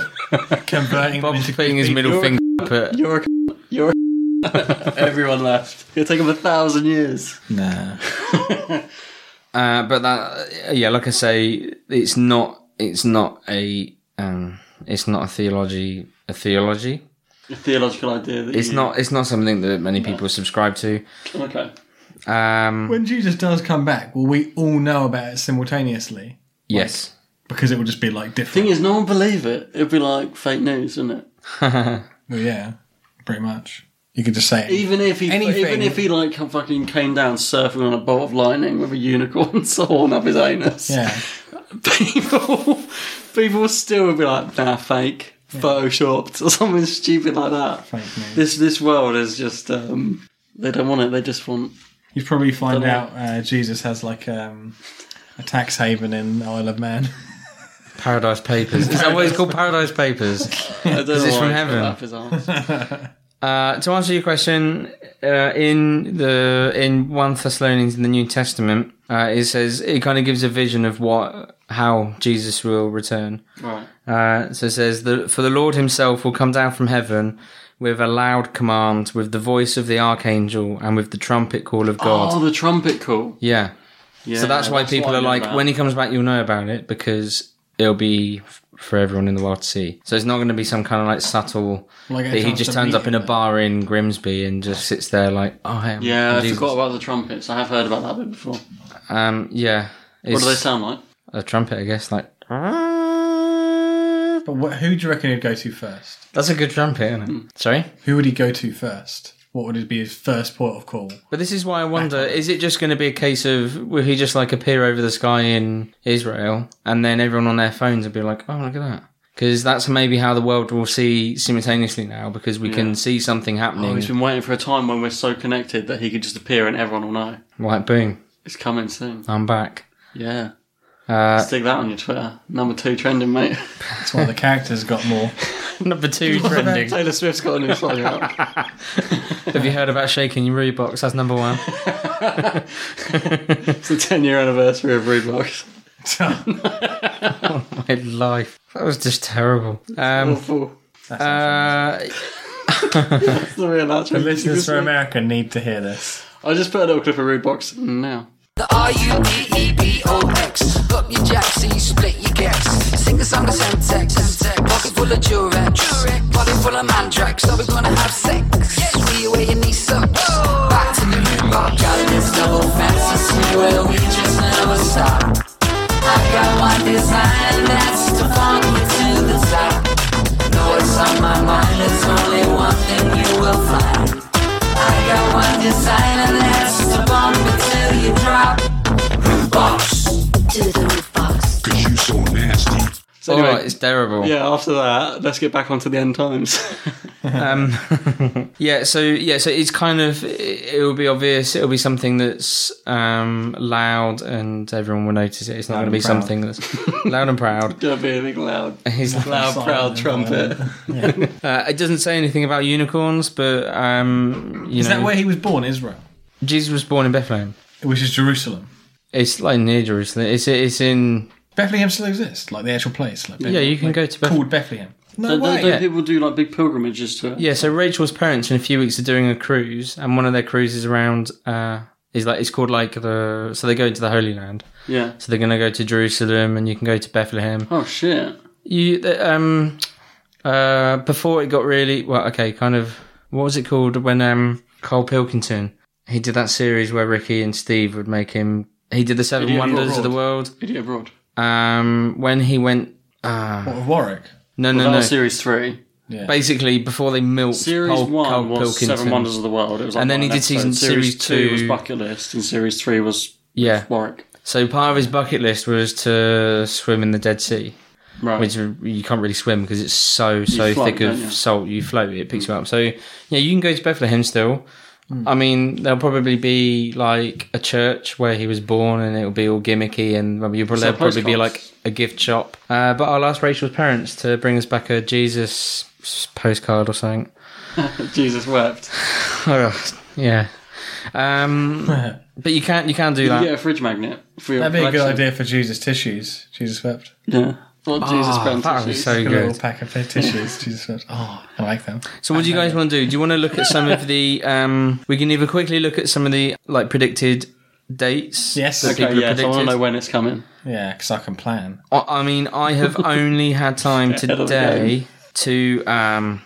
S4: converting them
S2: Bob's
S4: into
S2: putting his
S4: good
S2: middle
S4: people.
S2: finger up at
S3: you're a, c- you're a everyone left. It'll take him a thousand years.
S4: Nah.
S2: Uh, but that, uh, yeah, like I say, it's not, it's not a, um, it's not a theology, a theology.
S3: The theological idea that
S2: It's
S3: you-
S2: not, it's not something that many people subscribe to.
S3: okay.
S2: Um,
S4: When Jesus does come back, will we all know about it simultaneously?
S2: yes.
S4: Because it will just be like different.
S3: Thing is, no one believe it. It'd be like fake news, isn't it?
S4: Well, yeah, pretty much. You could just say it.
S3: Even if he,
S4: Anything.
S3: even if he like fucking came down surfing on a bolt of lightning with a unicorn's horn up his anus,
S4: Yeah.
S3: people, people still would be like, nah, fake, photoshopped, or something stupid like that.
S4: Fake news.
S3: This this world is just um, they don't want it. They just want
S4: You'd probably find
S3: Dunno.
S4: out uh, Jesus has like um, a tax haven in Isle of Man.
S2: Paradise Papers. Is that what it's called? Paradise Papers.
S3: I don't know
S2: it's
S3: why
S2: from
S3: he's
S2: heaven.
S3: got that up his arse.
S2: Uh, to answer your question, uh, in the in one Thessalonians in the New Testament, uh, it says it kind of gives a vision of what how Jesus will return.
S3: right.
S2: Uh, so it says that for the Lord Himself will come down from heaven with a loud command, with the voice of the archangel, and with the trumpet call of God.
S3: Oh, the trumpet call.
S2: yeah.
S3: Yeah,
S2: So that's why people
S3: I
S2: are like,
S3: remember.
S2: when he comes back, you'll know about it because it'll be f- for everyone in the world to see. So it's not going to be some kind of like subtle.
S4: Like a
S2: that he
S4: chance
S2: just
S4: to
S2: turns
S4: meet
S2: up in a
S4: him.
S2: bar in Grimsby and just sits there like, oh, hey, I'm,
S3: Yeah,
S2: I'm
S3: I
S2: Jesus."
S3: forgot about the trumpets. I have heard about that bit before.
S2: Um, yeah.
S3: What do they
S2: It's
S3: sound like?
S2: a trumpet, I guess. Like
S3: Uh,
S4: But wh- who do you reckon he'd go to first?
S2: that's a good trumpet, isn't it?
S3: Hmm.
S2: Sorry.
S4: Who would he go to first? What would it be his first port of call?
S2: But this is why I wonder: is it just going to be a case of will he just like appear over the sky in Israel, and then everyone on their phones will be like, "Oh, look at that," because that's maybe how the world will see simultaneously now, because we can see something
S3: Oh,
S2: happening.
S3: he's been waiting for a time when we're so connected that he could just appear and everyone will know.
S2: Like, boom,
S3: It's coming soon.
S2: I'm back.
S3: Yeah.
S2: Uh,
S3: Stick that on your Twitter. Number two trending, mate.
S4: That's why the characters got more.
S2: number two trending.
S3: Taylor Swift's got a new song out.
S2: Have you heard about shaking your root box? That's number one.
S3: It's the 10 year anniversary of Rootbox.
S2: My life. That was just terrible. Um,
S3: Awful.
S2: uh,
S3: It's the real
S4: The
S3: answer.
S4: listeners from America need to hear this.
S3: uh, I just put a little clip of Rootbox now.
S7: The E R-U-B-E-B-O-X Up your jacksie, split your gaps Sing a song of Semtex Pocket full of Durex Pocket full of Mandrax Are we gonna have sex? See where your knee sucks Back to the room, Bob Got this double fantasy Well, we just never stop I got one design That's to funk you to the top Know it's on my mind There's only one thing you will find I got one design And that's to bump until you drop box. To the roof box.
S3: So
S2: all
S3: anyway,
S2: right, it's terrible.
S3: yeah, after that, let's get back onto the end times.
S2: um, Yeah, so yeah, so it's kind of it will be obvious. It'll be something that's um, loud, and everyone will notice it. It's not going to be
S4: and proud.
S2: something that's loud and proud.
S3: Don't be anything loud.
S2: He's like,
S3: Loud, proud trumpet.
S2: uh, it doesn't say anything about unicorns, but um, you
S4: Is
S2: know,
S4: that where he was born, Israel?
S2: Jesus was born in Bethlehem.
S4: Which is Jerusalem.
S2: It's like near Jerusalem. It's it's in
S4: Bethlehem still exists, like the actual place. Like
S2: yeah. You can
S4: like,
S2: go to Bethlehem.
S4: called Bethlehem. No
S3: Don't,
S4: way.
S3: don't, don't people do like big pilgrimages to it?
S2: Yeah, so Rachel's parents in a few weeks are doing a cruise, and one of their cruises around uh, is like it's called like the so they go into the Holy Land.
S3: Yeah.
S2: So they're gonna go to Jerusalem, and you can go to Bethlehem.
S3: Oh shit.
S2: You the, um uh before it got really well, okay, kind of what was it called when um Cole Pilkington he did that series where Ricky and Steve would make him. He did the Seven
S3: Idiot
S2: Wonders
S3: Abroad.
S2: of the World.
S3: Idiot abroad.
S2: Um, when he went, uh,
S4: What, Warwick.
S2: no,
S3: Well,
S2: no,
S3: that
S2: no.
S3: was series three.
S2: Basically, before they milked
S3: Series
S2: Cole,
S3: one
S2: Cole
S3: was
S2: Pilkington.
S3: Seven Wonders of the World. It was like
S2: And then
S3: one
S2: he did
S3: episode.
S2: season-
S3: series
S2: series two-
S3: was Bucket List, and series three was
S2: yeah,
S3: Warwick.
S2: So part of his bucket list was to swim in the Dead Sea,
S3: Right.
S2: which you can't really swim because it's so so
S3: float,
S2: thick of
S3: don't you?
S2: salt. You float, it picks you up. So yeah, you can go to Bethlehem still. I mean, there'll probably be like a church where he was born, and it'll be all gimmicky, and well, you'll probably,
S3: there
S2: there'll probably be like
S3: postcards?
S2: a gift shop. Uh, but I'll ask Rachel's parents to bring us back a Jesus postcard or something.
S3: Jesus wept.
S2: Oh, yeah. Um, but you can't you can't do
S3: You
S2: that.
S3: get a fridge magnet for your
S4: That'd be a good
S3: collection.
S4: idea for Jesus tissues. Jesus wept.
S3: Yeah. Well, Jesus
S2: Oh,
S3: brand
S2: that was
S3: tissues.
S2: so
S4: Got a
S2: good.
S4: little pack of tissues. Jesus wept. Oh, I like them.
S2: So what do you guys want to do? Do you want to look at some of the? Um, we can either quickly look at some of the like predicted dates.
S4: Yes.
S2: that
S4: Okay,
S2: people
S3: Okay,
S2: have
S3: yeah, so I
S2: predicted. Oh,
S3: want to know when it's coming.
S4: Yeah, because I can plan.
S2: I I mean, I have only had time
S3: Ahead of the
S2: today to um,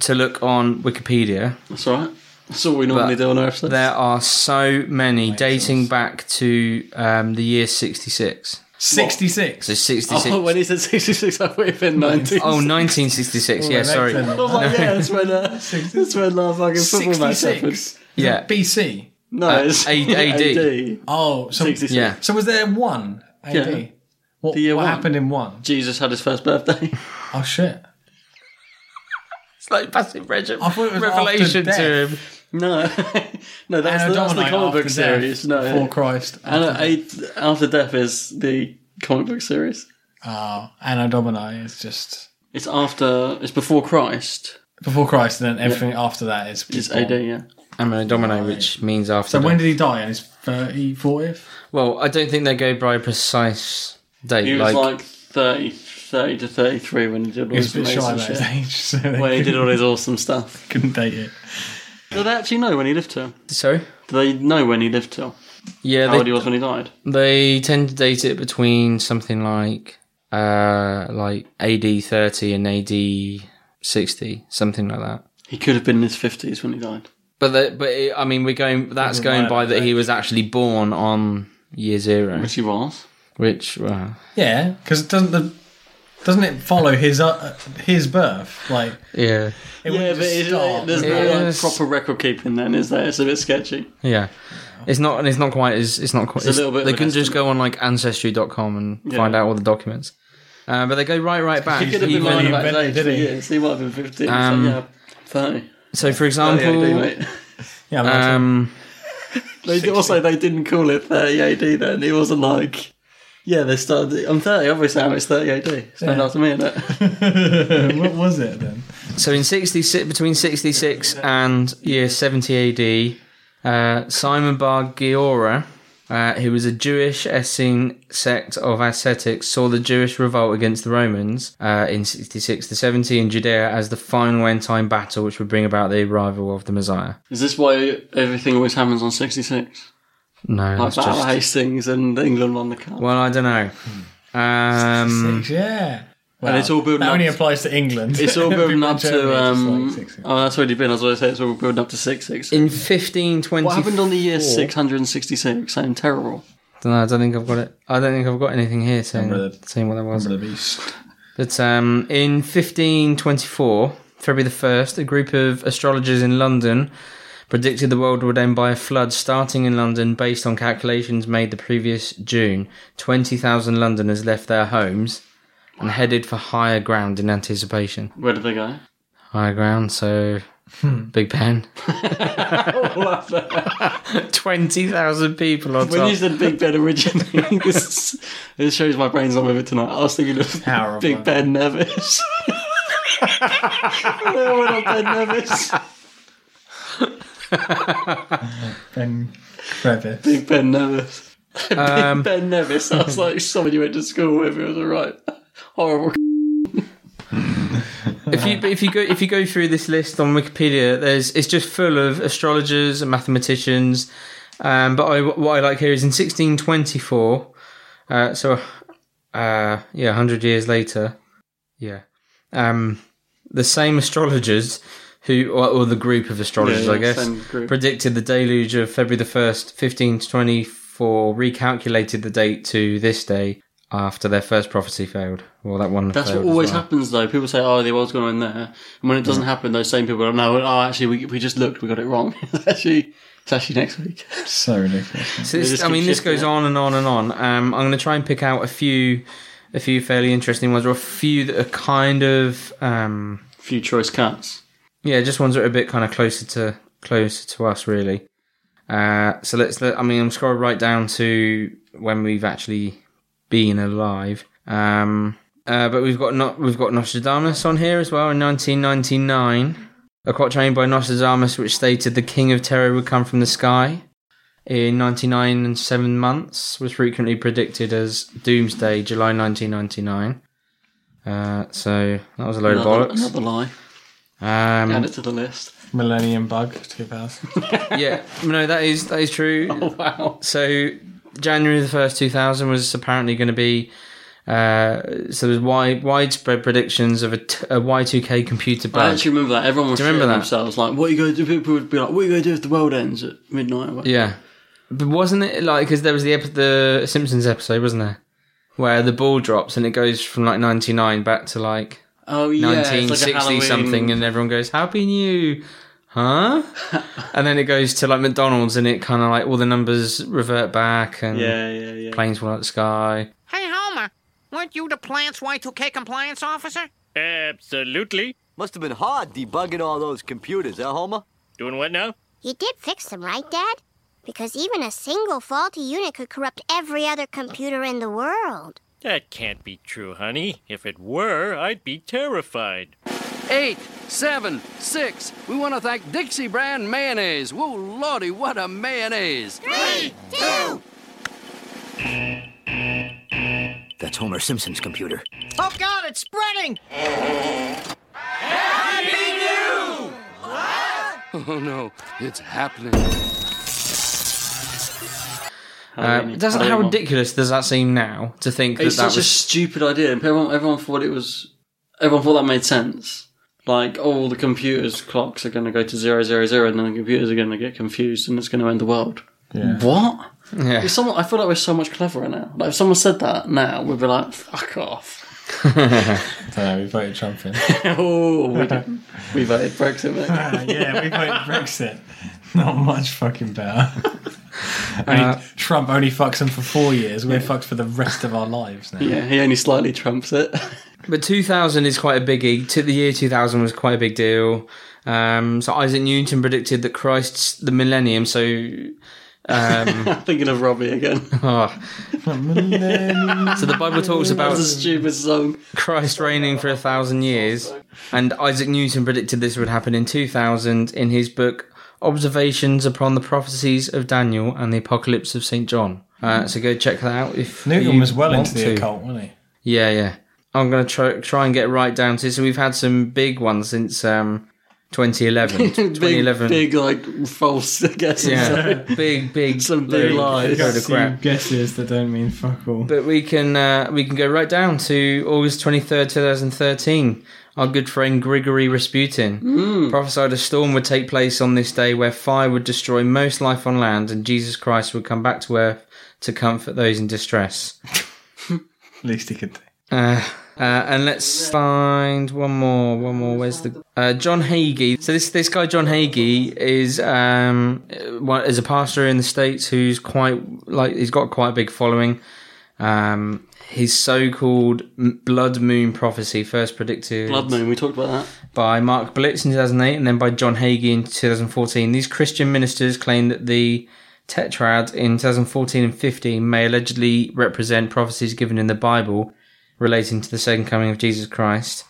S2: to look on Wikipedia.
S3: That's all right. That's all we normally
S2: But
S3: do on our episodes.
S2: There are so many dating back to um, the year sixty six.
S4: Sixty-six.
S2: So sixty six.
S3: Oh, when he said 66, I thought he meant 90.
S2: Oh, 1966. Yeah, sorry.
S3: I was like, yeah, that's when, uh, that's when our fucking football match happened.
S4: Sixty-six.
S2: Yeah, Uh,
S4: BC.
S3: No, it's
S2: A- AD.
S4: Oh, so
S3: 66.
S2: yeah.
S4: so was there one AD?
S3: Yeah.
S4: What,
S3: The year
S4: what
S3: one.
S4: happened in one?
S3: Jesus had his first birthday.
S4: Oh shit!
S2: It's like passive reg-
S4: I thought it was
S2: revelation
S4: after
S2: to
S4: death.
S2: him.
S3: No, no, that's, the,
S4: Anno
S3: that's the
S4: Domini
S3: comic book
S4: after
S3: series.
S4: death,
S3: No,
S4: before Christ.
S3: Anno, A- After Death is the comic book series.
S4: Oh, Anno Domini is just
S3: It's after, it's before Christ.
S4: before Christ, and then everything after that is
S3: It's
S4: before.
S3: AD, yeah.
S2: I'm a domino, which means after.
S4: So
S2: death.
S4: when did he die? On his 30, 40th?
S2: Well, I don't think they go by a precise date.
S3: He was
S2: like,
S3: like 30, 30 to 33 when he did all
S4: He was
S3: his
S4: a bit shy
S3: amazing
S4: about his
S3: shit.
S4: age, so they
S3: Where he
S4: couldn't,
S3: did all his awesome stuff.
S4: couldn't date it.
S3: Do they actually know when he lived till?
S2: sorry.
S3: Do they know when he lived till?
S2: Yeah,
S3: How old he
S2: they,
S3: was when he died?
S2: they tend to date it between something like uh like AD 30 and AD 60, something like that.
S3: He could have been in his 50s when he died.
S2: But the, but it, I mean, we're going. That's going by that he was actually born on year zero,
S3: Which he was.
S2: which uh, well,
S4: Yeah, because doesn't the doesn't it follow his uh, his birth? Like
S2: yeah,
S4: it wouldn't just start.
S3: there's no
S2: Yeah,
S3: like,
S2: it's-
S3: proper record keeping then, is there? It's a bit sketchy.
S2: yeah. It's not, and it's not quite as it's not
S3: It's
S2: quite.
S3: a
S2: it's-
S3: little bit of
S2: they
S3: an
S2: can just go on like ancestry.com and find out all the documents. Uh, but they go right, right back.
S3: He could have been
S2: even-
S3: lying about his
S4: invented
S3: age
S4: it,
S3: for
S4: didn't he?
S3: years. He might have been 15.
S2: Um,
S3: so, yeah, 30.
S2: so, for
S3: 30
S2: example,
S3: AD, mate.
S4: yeah, I'm not
S2: um,
S3: They, d- also, they didn't call it 30 AD then. He wasn't like, yeah, they started. I'm 30, obviously, now it's 30 AD. It's named after me, isn't it?
S4: sure. what was it then?
S2: So in 66, between 66 and year 70 AD, uh, Simon Bar Giora, uh, who was a Jewish Essene sect of ascetics, saw the Jewish revolt against the Romans uh, in 66 to 70 in Judea as the final end time battle which would bring about the arrival of the Messiah.
S3: Is this why everything always happens on 66?
S2: No,
S3: Like
S2: that's
S3: Battle
S2: just...
S3: Hastings and England won the cup.
S2: Well, I don't know. Um,
S4: yeah. Well,
S3: it's all building
S4: That only
S3: up-
S4: applies to England.
S3: It's all building
S4: People in
S3: up
S4: Germany
S3: to.
S4: are just
S3: Um,
S4: like, six, six.
S3: oh, that's already been. I was going to say it's all building up to six six.
S2: in 1524...
S3: What happened on the year six hundred and sixty six? Sound terrible.
S2: No, I don't think I've got it. I don't think I've got anything here
S4: Remember
S2: saying,
S4: the-
S2: saying what that was.
S4: Number of the beast.
S2: But um, in 1524, February the 1st, a group of astrologers in London predicted the world would end by a flood starting in London based on calculations made the previous June. 20,000 Londoners left their homes and headed for higher ground in anticipation.
S3: Where did they go?
S2: higher ground. So,
S4: Hmm.
S2: Big Ben.
S3: Oh,
S2: Twenty thousand people on
S3: When
S2: top.
S3: you said Big Ben originally, this, this shows my brain's not with it tonight. I was thinking of
S4: Horrible.
S3: Big Ben Nevis. no, we're not Ben Nevis.
S4: Ben Revis.
S3: Big Ben Nevis.
S2: Um,
S3: Big Ben Nevis sounds like someone you went to school with. It was a right horrible.
S2: if you but if you go if you go through this list on Wikipedia, there's it's just full of astrologers and mathematicians. Um, but I, what I like here is in 1624, uh, so uh, yeah, 100 years later, yeah, um, the same astrologers who or, or the group of astrologers,
S3: Yeah, yeah,
S2: I guess,
S3: same group.
S2: predicted the deluge of February the first, 15 to 24, recalculated the date to this day after their first prophecy failed. Well, that one.
S3: That's
S2: failed
S3: what
S2: as
S3: always
S2: well.
S3: happens, though. People say, "Oh, the world's gone in there," and when it doesn't happen, those same people are no. Oh, actually, we, we just looked. We got it wrong. it's actually it's actually next week.
S4: So ridiculous.
S2: So this,
S3: just
S2: I
S3: keep
S2: mean, this
S3: shifting
S2: goes
S3: it.
S2: on and on and on. Um, I'm going to try and pick out a few, a few fairly interesting ones, or a few that are kind of, um,
S3: Few choice cuts.
S2: yeah, just ones that are a bit kind of closer to closer to us, really. Uh, so let's. Let, I mean, I'm scroll right down to when we've actually been alive. Um, uh, but we've got not we've got Nostradamus on here as well in 1999. A quatrain by Nostradamus which stated the king of terror would come from the sky in 99 and 7 months was frequently predicted as doomsday July 1999. Uh, so that was a load
S3: Another,
S2: of bollocks.
S3: another lie.
S2: Um,
S3: Add it to the list.
S4: Millennium Bug 2000.
S2: yeah, no, that is that is true.
S3: Oh, Wow.
S2: So January the first, two thousand, was apparently going to be. Uh, so there's wide, widespread predictions of a, t- a Y2K computer
S3: I
S2: bug.
S3: actually remember that. Everyone was
S2: Do you remember
S3: shitting
S2: that?
S3: themselves. Like, what are you going to do? People would be like, what are you going to do if the world ends at midnight? Or whatever.
S2: yeah, but wasn't it like because there was the epi- the Simpsons episode, wasn't there, where the ball drops and it goes from like 99 back to like
S3: Oh, yeah. it's like a
S2: 1960
S3: Halloween-
S2: something, and everyone goes, "Happy New." Huh? and then it goes to like McDonald's, and it kind of like all the numbers revert back, and
S3: Yeah, yeah, yeah.
S2: planes fall out of the sky.
S8: Hey, Homer, weren't you the plant's Y2K compliance officer?
S6: Absolutely.
S9: Must have been hard debugging all those computers, huh, Homer?
S6: Doing what now?
S10: You did fix them, right, Dad? Because even a single faulty unit could corrupt every other computer in the world.
S6: That can't be true, honey. If it were, I'd be terrified.
S7: Eight, seven, six. We want to thank Dixie Brand Mayonnaise. Whoa, Lordy, what a mayonnaise!
S9: That's Homer Simpson's computer.
S8: Oh, God, it's spreading!
S7: Oh no, it's happening.
S2: Uh,
S3: Halloween-
S2: doesn't how
S3: Halloween one.
S2: ridiculous does that seem now to think that
S3: It's
S2: that
S3: such a
S2: was
S3: stupid idea, and everyone, everyone thought it was. Everyone thought that made sense. Like, all the computers' clocks are going to go to zero, zero, zero, and then the computers are going to get confused, and it's going to end the world. What?
S2: yeah.
S3: If someone, I feel like we're so much cleverer now. Like, if someone said that now, we'd be like, "Fuck off!"
S4: I don't know, we voted Trump in.
S3: oh, we didn't. We voted Brexit. Mate.
S4: Ah, yeah, we voted Brexit. Not much fucking better. only,
S2: Uh,
S4: Trump only fucks them for four years. We're fucked for the rest of our lives now.
S3: Yeah, he only slightly trumps it.
S2: But 2000 is quite a biggie. To the year 2000 was quite a big deal. Um, so Isaac Newton predicted that Christ's the millennium. So Um,
S3: Thinking of Robbie again.
S2: oh. so the Bible talks about
S3: That's a stupid song.
S2: Christ reigning for a thousand years, and Isaac Newton predicted this would happen in 2000 in his book Observations upon the Prophecies of Daniel and the Apocalypse of St. John. Uh, so go check that out if
S4: Newton
S2: you
S4: was well
S2: want
S4: into the
S2: to.
S4: occult, wasn't he?
S2: Yeah, yeah. I'm gonna try try and get right down to. So we've had some big ones since um 2011.
S3: Big,
S2: 2011.
S3: big, like false guesses.
S2: yeah, big, big,
S3: Some big
S2: load-
S3: lies.
S2: load of crap.
S4: guesses that don't mean fuck all.
S2: But we can uh, we can go right down to August twenty third, two thousand thirteen. Our good friend Grigory Rasputin prophesied a storm would take place on this day where fire would destroy most life on land, and Jesus Christ would come back to earth to comfort those in distress.
S4: At least he could.
S2: Uh, uh, and let's find one more. One more. Where's the uh, John Hagee? So this this guy John Hagee is um uh, one- is a pastor in the states who's quite like he's got quite a big following. Um, his so-called M- Blood Moon prophecy first predicted
S3: Blood Moon, we talked about that.
S2: by Mark Blitz in 2008 and then by John Hagee in 2014. These Christian ministers claim that the Tetrad in 2014 and 15 may allegedly represent prophecies given in the Bible relating to the second coming of Jesus Christ.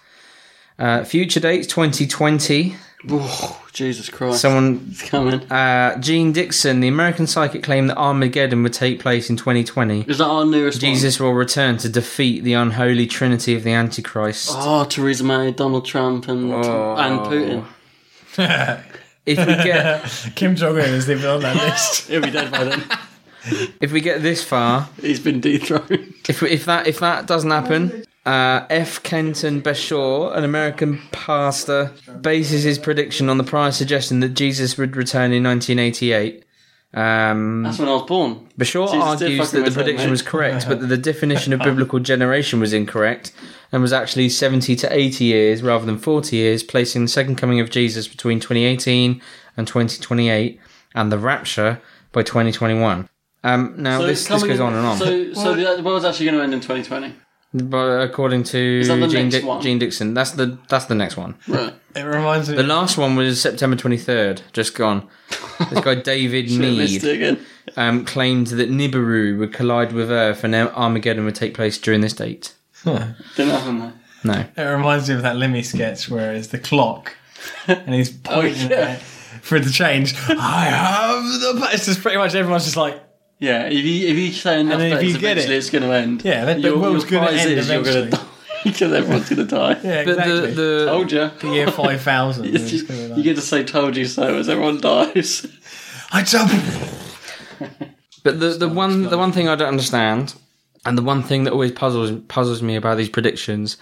S2: Uh, future dates 2020.
S3: Oh, Jesus Christ.
S2: Someone
S3: coming.
S2: Uh, Gene Dixon, the American psychic, claimed that Armageddon would take place in 2020.
S3: Is that our newest
S2: Jesus will return to defeat the unholy trinity of the Antichrist.
S3: Oh, Theresa May, Donald Trump, and
S2: Oh.
S3: and Putin.
S2: if we get
S4: Kim Jong Un is even on that list.
S3: He'll be dead by then.
S2: If we get this far,
S3: he's been dethroned.
S2: If if that if that doesn't happen, uh, F. Kenton Beshaw, an American pastor, bases his prediction on the prior suggestion that Jesus would return in 1988. Um,
S3: That's when I was born.
S2: Bashaw
S3: Jesus did
S2: argues
S3: fucking
S2: that the
S3: return,
S2: prediction
S3: mate.
S2: was correct, but that the definition of biblical generation was incorrect and was actually 70 to 80 years rather than 40 years, placing the second coming of Jesus between 2018 and 2028 and the rapture by 2021. Um, now,
S3: So
S2: this,
S3: it's
S2: this
S3: coming-
S2: goes on and on.
S3: So, so the, the world's actually going to end in 2020.
S2: But according to
S3: Is that the
S2: Gene,
S3: next
S2: Dic-
S3: one?
S2: Gene Dixon, that's the that's the next one.
S3: Right.
S4: It reminds me.
S2: The last one was September 23rd, just gone. This guy David
S3: Should've missed it
S2: Mead
S3: again.
S2: um, claimed that Nibiru would collide with Earth and Armageddon would take place during this date.
S3: Didn't happen though.
S2: No,
S4: It reminds me of that Lemmy sketch where it's the clock and he's pointing
S3: Oh, yeah.
S4: at it for the change. I have the. pa-" It's just pretty much everyone's just like,
S3: Yeah, if you if you say enough
S4: then if
S3: dates,
S4: you get it-
S3: eventually it's going to end.
S4: Yeah, then the
S3: your,
S4: world's
S3: your
S4: gonna
S3: prize
S4: end
S3: is you're going to die because everyone's going to die.
S4: yeah,
S2: but
S4: exactly.
S2: the the
S3: Told you.
S4: Year 5000.
S3: It's
S4: is
S3: just-
S4: gonna be like,
S3: you get to say "told you so" as everyone dies.
S4: I jump.
S2: But the, the one the one thing I don't understand, and the one thing that always puzzles puzzles me about these predictions,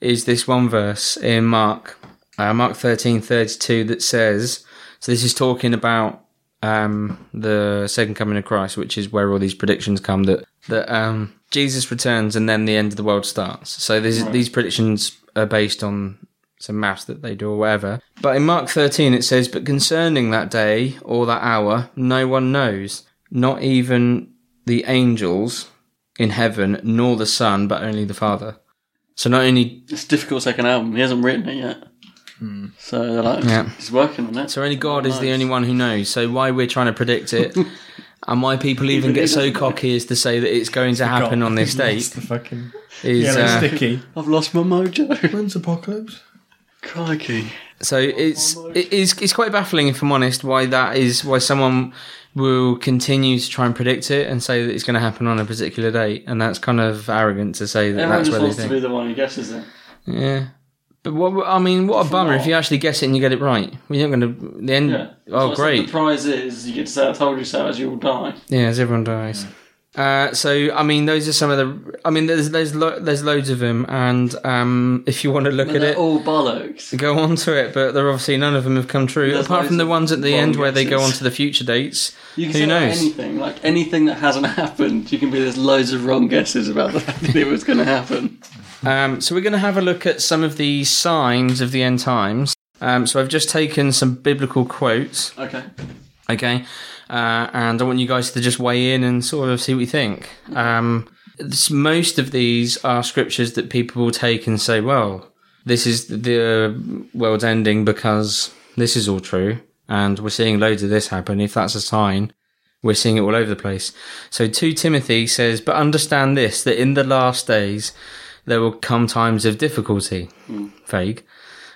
S2: is this one verse in Mark, uh, Mark thirteen thirty two that says. So this is talking about um, the second coming of Christ, which is where all these predictions come that that um, Jesus returns and then the end of the world starts. So this, these predictions are based on some maths that they do or whatever. But in Mark 13 it says, But concerning that day or that hour, no one knows, not even the angels in heaven, nor the Son, but only the Father. So not only
S3: It's a difficult second album. He hasn't written it yet,
S4: Hmm.
S3: so they're like,
S2: Yeah.
S3: he's working on it.
S2: so only God is the only one who knows. So why we're trying to predict it and why people even get so cocky as to say that it's going to happen on this
S4: That's
S2: date
S4: the fucking
S2: is
S4: yellow
S2: uh,
S4: sticky.
S3: I've lost my mojo.
S4: When's apocalypse?
S3: Crikey.
S2: So it's it is it's quite baffling if I'm honest why that is why someone will continue to try and predict it and say that it's going to happen on a particular date and that's kind of arrogant to say that
S3: Everyone
S2: that's
S3: just
S2: where they
S3: wants to be
S2: think
S3: the one who guesses it.
S2: yeah. But what I mean, what a bummer if you actually guess it and you get it right. We're not going to the end.
S3: Yeah. So
S2: Oh,
S3: it's like
S2: great!
S3: The prize is you get to say "I told you so" as you all die.
S2: Yeah, as everyone dies. Uh, so I mean, those are some of the. I mean, there's there's lo- there's loads of them, and um, if you want to look
S3: And
S2: at
S3: they're
S2: it,
S3: all bollocks.
S2: go on to it, but there obviously none of them have come true.
S3: There's
S2: Apart
S3: loads
S2: from the
S3: of
S2: ones at the
S3: wrong
S2: end where they go on
S3: guesses.
S2: to the future dates.
S3: You can
S2: Who
S3: say about
S2: knows?
S3: anything, like anything that hasn't happened. You can be there's loads of wrong guesses about the fact that it was going to happen.
S2: Um, so we're going to have a look at some of the signs of the end times. Um, so I've just taken some biblical quotes,
S3: Okay.
S2: okay, uh, and I want you guys to just weigh in and sort of see what you think. Um, this, most of these are scriptures that people will take and say, "Well, this is the uh, world's ending because this is all true, and we're seeing loads of this happen. If that's a sign, we're seeing it all over the place. So 2 Timothy says, But understand this, that in the last days there will come times of difficulty, vague,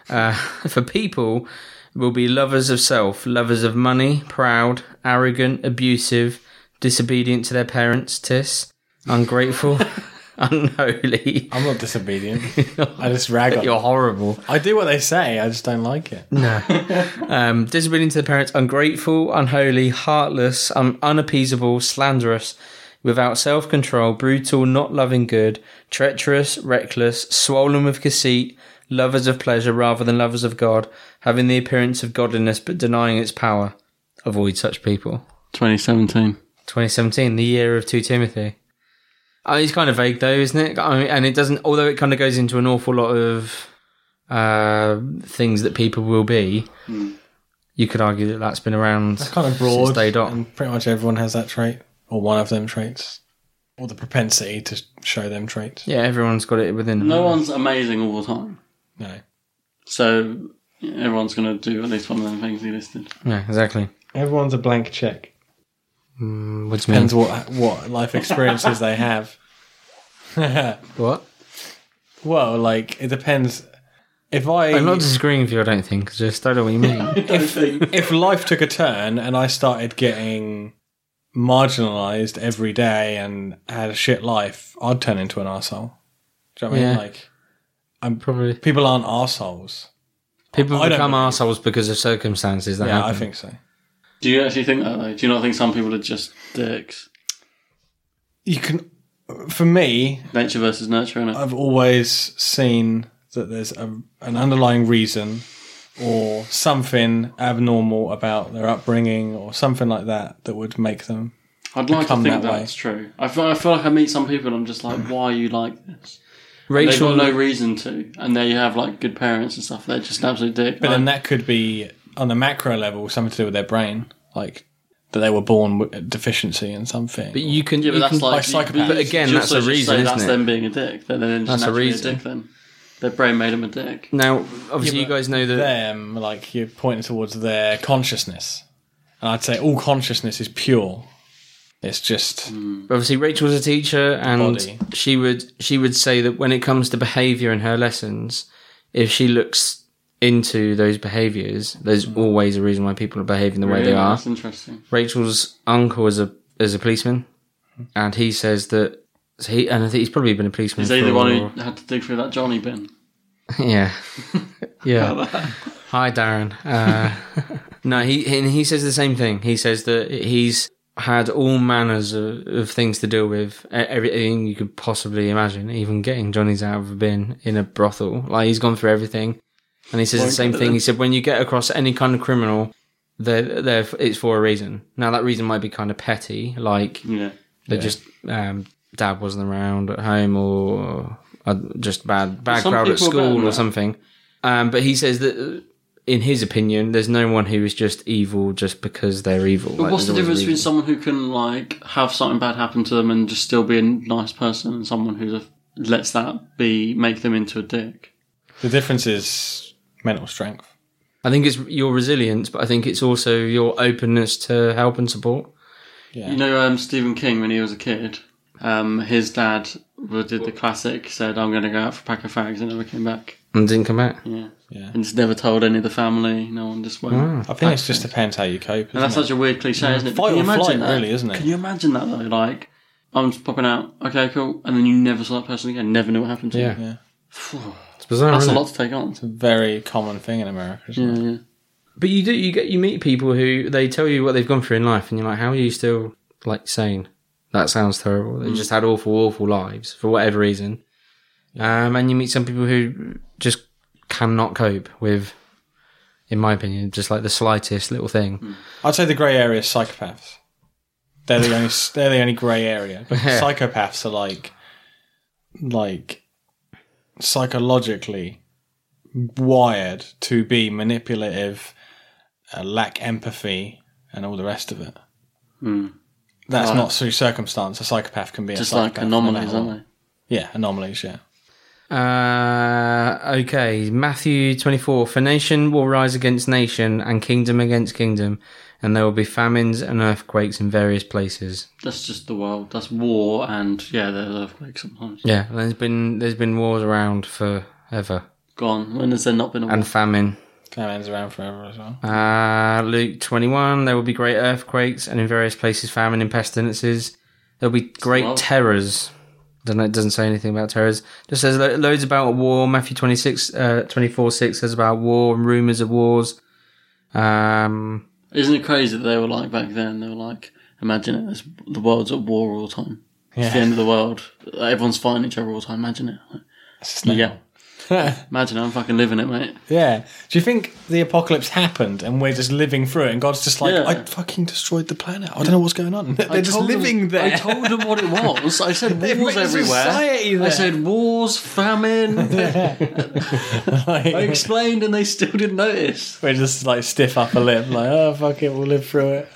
S2: uh, for people will be lovers of self, lovers of money, proud, arrogant, abusive, disobedient to their parents, tis, ungrateful, unholy.
S4: I'm not disobedient. I just rag on.
S2: You're
S4: them.
S2: horrible.
S4: I do what they say. I just don't like it.
S2: Um, disobedient to the parents, ungrateful, unholy, heartless, um, unappeasable, slanderous, without self control, brutal, not loving good, treacherous, reckless, swollen with conceit, lovers of pleasure rather than lovers of God, having the appearance of godliness but denying its power. Avoid such people.
S3: 2017.
S2: 2017, the year of 2 Timothy. Oh, it's kind of vague though, isn't it? I mean, and it doesn't, although it kind of goes into an awful lot of uh, things that people will be, you could argue that that's been around
S4: It's kind of
S2: since
S4: broad.
S2: day dot.
S4: And pretty much everyone has that trait or one of them traits. or the propensity to show them traits.
S2: Yeah, everyone's got it within.
S3: No one's amazing all the time.
S4: No.
S3: So everyone's going to do at least one of them things he listed.
S2: Yeah, exactly.
S4: Everyone's a blank check.
S2: Mm, what do you mean?
S4: Depends what what life experiences they have.
S2: What?
S4: Well, like it depends. If I
S2: I'm not disagreeing with you. I don't think. Just I don't know what you mean.
S4: if, if life took a turn and I started getting marginalized every day and had a shit life, I'd turn into an arsehole. Do you know what I mean?
S2: Yeah.
S4: Like, I'm
S2: Probably
S4: people aren't arseholes.
S2: people
S4: I don't
S2: become
S4: know.
S2: assholes because of circumstances that
S4: Yeah,
S2: happen.
S4: I think so.
S3: Do you actually think that? Though? Do you not think some people are just dicks?
S4: You can, for me,
S3: Nature versus nurture, innit?
S4: I've always seen that there's a, an underlying reason or something abnormal about their upbringing or something like that that would make them.
S3: I'd like to
S4: become
S3: think
S4: that way.
S3: that's true. I feel, I feel like I meet some people and I'm just like, why are you like this? They've
S2: Rachel,
S3: got no reason to. And they have like good parents and stuff. They're just an absolute dick.
S4: But
S3: I-
S4: then that could be on the macro level something to do with their brain, like that they were born with a deficiency in something.
S2: but you can.
S3: yeah, but
S2: you
S3: that's
S2: can-
S3: like,
S4: like
S3: you-
S4: psychopaths.
S2: But again,
S3: just-
S2: that's a
S3: just
S2: reason,
S3: say
S2: isn't
S3: that's
S2: it?
S3: them being a dick. They're then just
S2: That's a
S3: naturally a,
S2: reason.
S3: dick. Then their brain made them a dick.
S2: now. Obviously, you guys know that.
S4: them, like you're pointing towards their consciousness. And I'd say all consciousness is pure. It's just
S3: Mm.
S2: Obviously, Rachel was a teacher, and
S4: Body.
S2: she would she would say that when it comes to behaviour in her lessons, if she looks into those behaviours, there's always a reason why people are behaving the way
S3: Mm.
S2: they
S3: Really,
S2: are.
S3: That's interesting.
S2: Rachel's uncle is a is a policeman,
S3: Hmm.
S2: and he says that so he and I think he's probably been a policeman.
S3: Is he
S2: for-
S3: the one who had to dig through that Johnny bin?
S2: Yeah, yeah. Hi, Darren. Uh, no, he and he says the same thing. He says that he's had all manners of, of things to deal with, e- everything you could possibly imagine, even getting Johnny's out of a bin in a brothel. Like he's gone through everything, and he says the same thing. He said when you get across any kind of criminal. They're, they're, it's for a reason. Now that reason might be kind of petty, like
S3: Yeah.
S2: they just um, dad wasn't around at home or uh, just bad bad
S3: Some
S2: crowd at
S3: people are better
S2: school
S3: than
S2: or
S3: that.
S2: something. Um, but he says that uh, in his opinion, there's no one who is just evil just because they're evil.
S3: But
S2: Like,
S3: what's the
S2: there's always
S3: difference
S2: a
S3: between
S2: reason.
S3: someone who can like have something bad happen to them and just still be a nice person, and someone who lets that be make them into a dick?
S4: the difference is mental strength.
S2: I think it's your resilience, but I think it's also your openness to help and support.
S3: You know, um, Stephen King when he was a kid, um, his dad would- did the classic, said, "I'm going to go out for a pack of fags," and never came back.
S2: And didn't come back.
S3: Yeah,
S4: Yeah. Hmm.
S3: and just never told any of the family. No one just went.
S4: I think it just depends how you cope.
S3: And that's
S4: isn't
S3: such a weird cliche, isn't it?
S4: Fight
S3: Can you
S4: or
S3: imagine
S4: flight,
S3: that?
S4: really, isn't it?
S3: Can you imagine that though? Like, I'm just popping out. Okay, cool. And then you never saw that person again. Never knew what happened to
S2: Yeah,
S3: you.
S2: it's bizarre.
S3: That's a
S2: isn't it?
S3: lot to take on.
S4: it? very common thing in America. Isn't
S3: Yeah,
S4: it?
S3: yeah.
S2: But you do you get you meet people who they tell you what they've gone through in life, and you're like, how are you still like sane? That sounds terrible.
S3: Hmm.
S2: They just had awful, awful lives for whatever reason. Um, and you meet some people who just cannot cope with, in my opinion, just like the slightest little thing.
S3: Mm.
S4: I'd say the grey area is psychopaths. They're the only they're the only grey area. But
S2: Yeah.
S4: psychopaths are like like psychologically wired to be manipulative, uh, lack empathy, and all the rest of it. That's not through circumstance. A psychopath can be
S3: Mm. Just
S4: a psychopath
S3: like
S4: no
S3: anomalies,
S4: matter what.
S3: aren't
S4: Yeah, anomalies. Yeah.
S2: Uh, okay, Matthew 24. For nation will rise against nation, and kingdom against kingdom, and there will be famines and earthquakes in various places.
S3: they? That's just the world. That's war, and yeah, there's earthquakes sometimes.
S2: Yeah, there's been there's been wars around forever.
S3: Gone. When has there not been a war?
S2: and famine.
S4: Famine's around forever as well.
S2: Uh, Luke 21, there will be great earthquakes and in various places famine and pestilences. There'll be great
S3: Wow.
S2: terrors. Doesn't, it doesn't say anything about terrors. Just says lo- loads about war. Matthew 26, uh, 24, 6 says about war and rumours of wars. Um,
S3: Isn't it crazy that they were like back then? They were like, imagine it. This, the world's at war all the time. It's the end of the world. Everyone's fighting each other all the time. Imagine it. yeah. imagine it. I'm fucking living it, mate.
S4: Yeah. Do you think the apocalypse happened and we're just living through it and God's just like,
S3: Yeah.
S4: I fucking destroyed the planet. I don't know what's going on. They're
S3: I
S4: just
S3: told them-
S4: living there.
S3: I told them what it was. I said
S4: They've
S3: wars
S4: made a
S3: everywhere.
S4: society
S3: I
S4: there.
S3: said wars, famine. I
S4: Like,
S3: explained, and they still didn't notice.
S4: we're just like stiff upper lip, like, oh, fuck it, we'll live through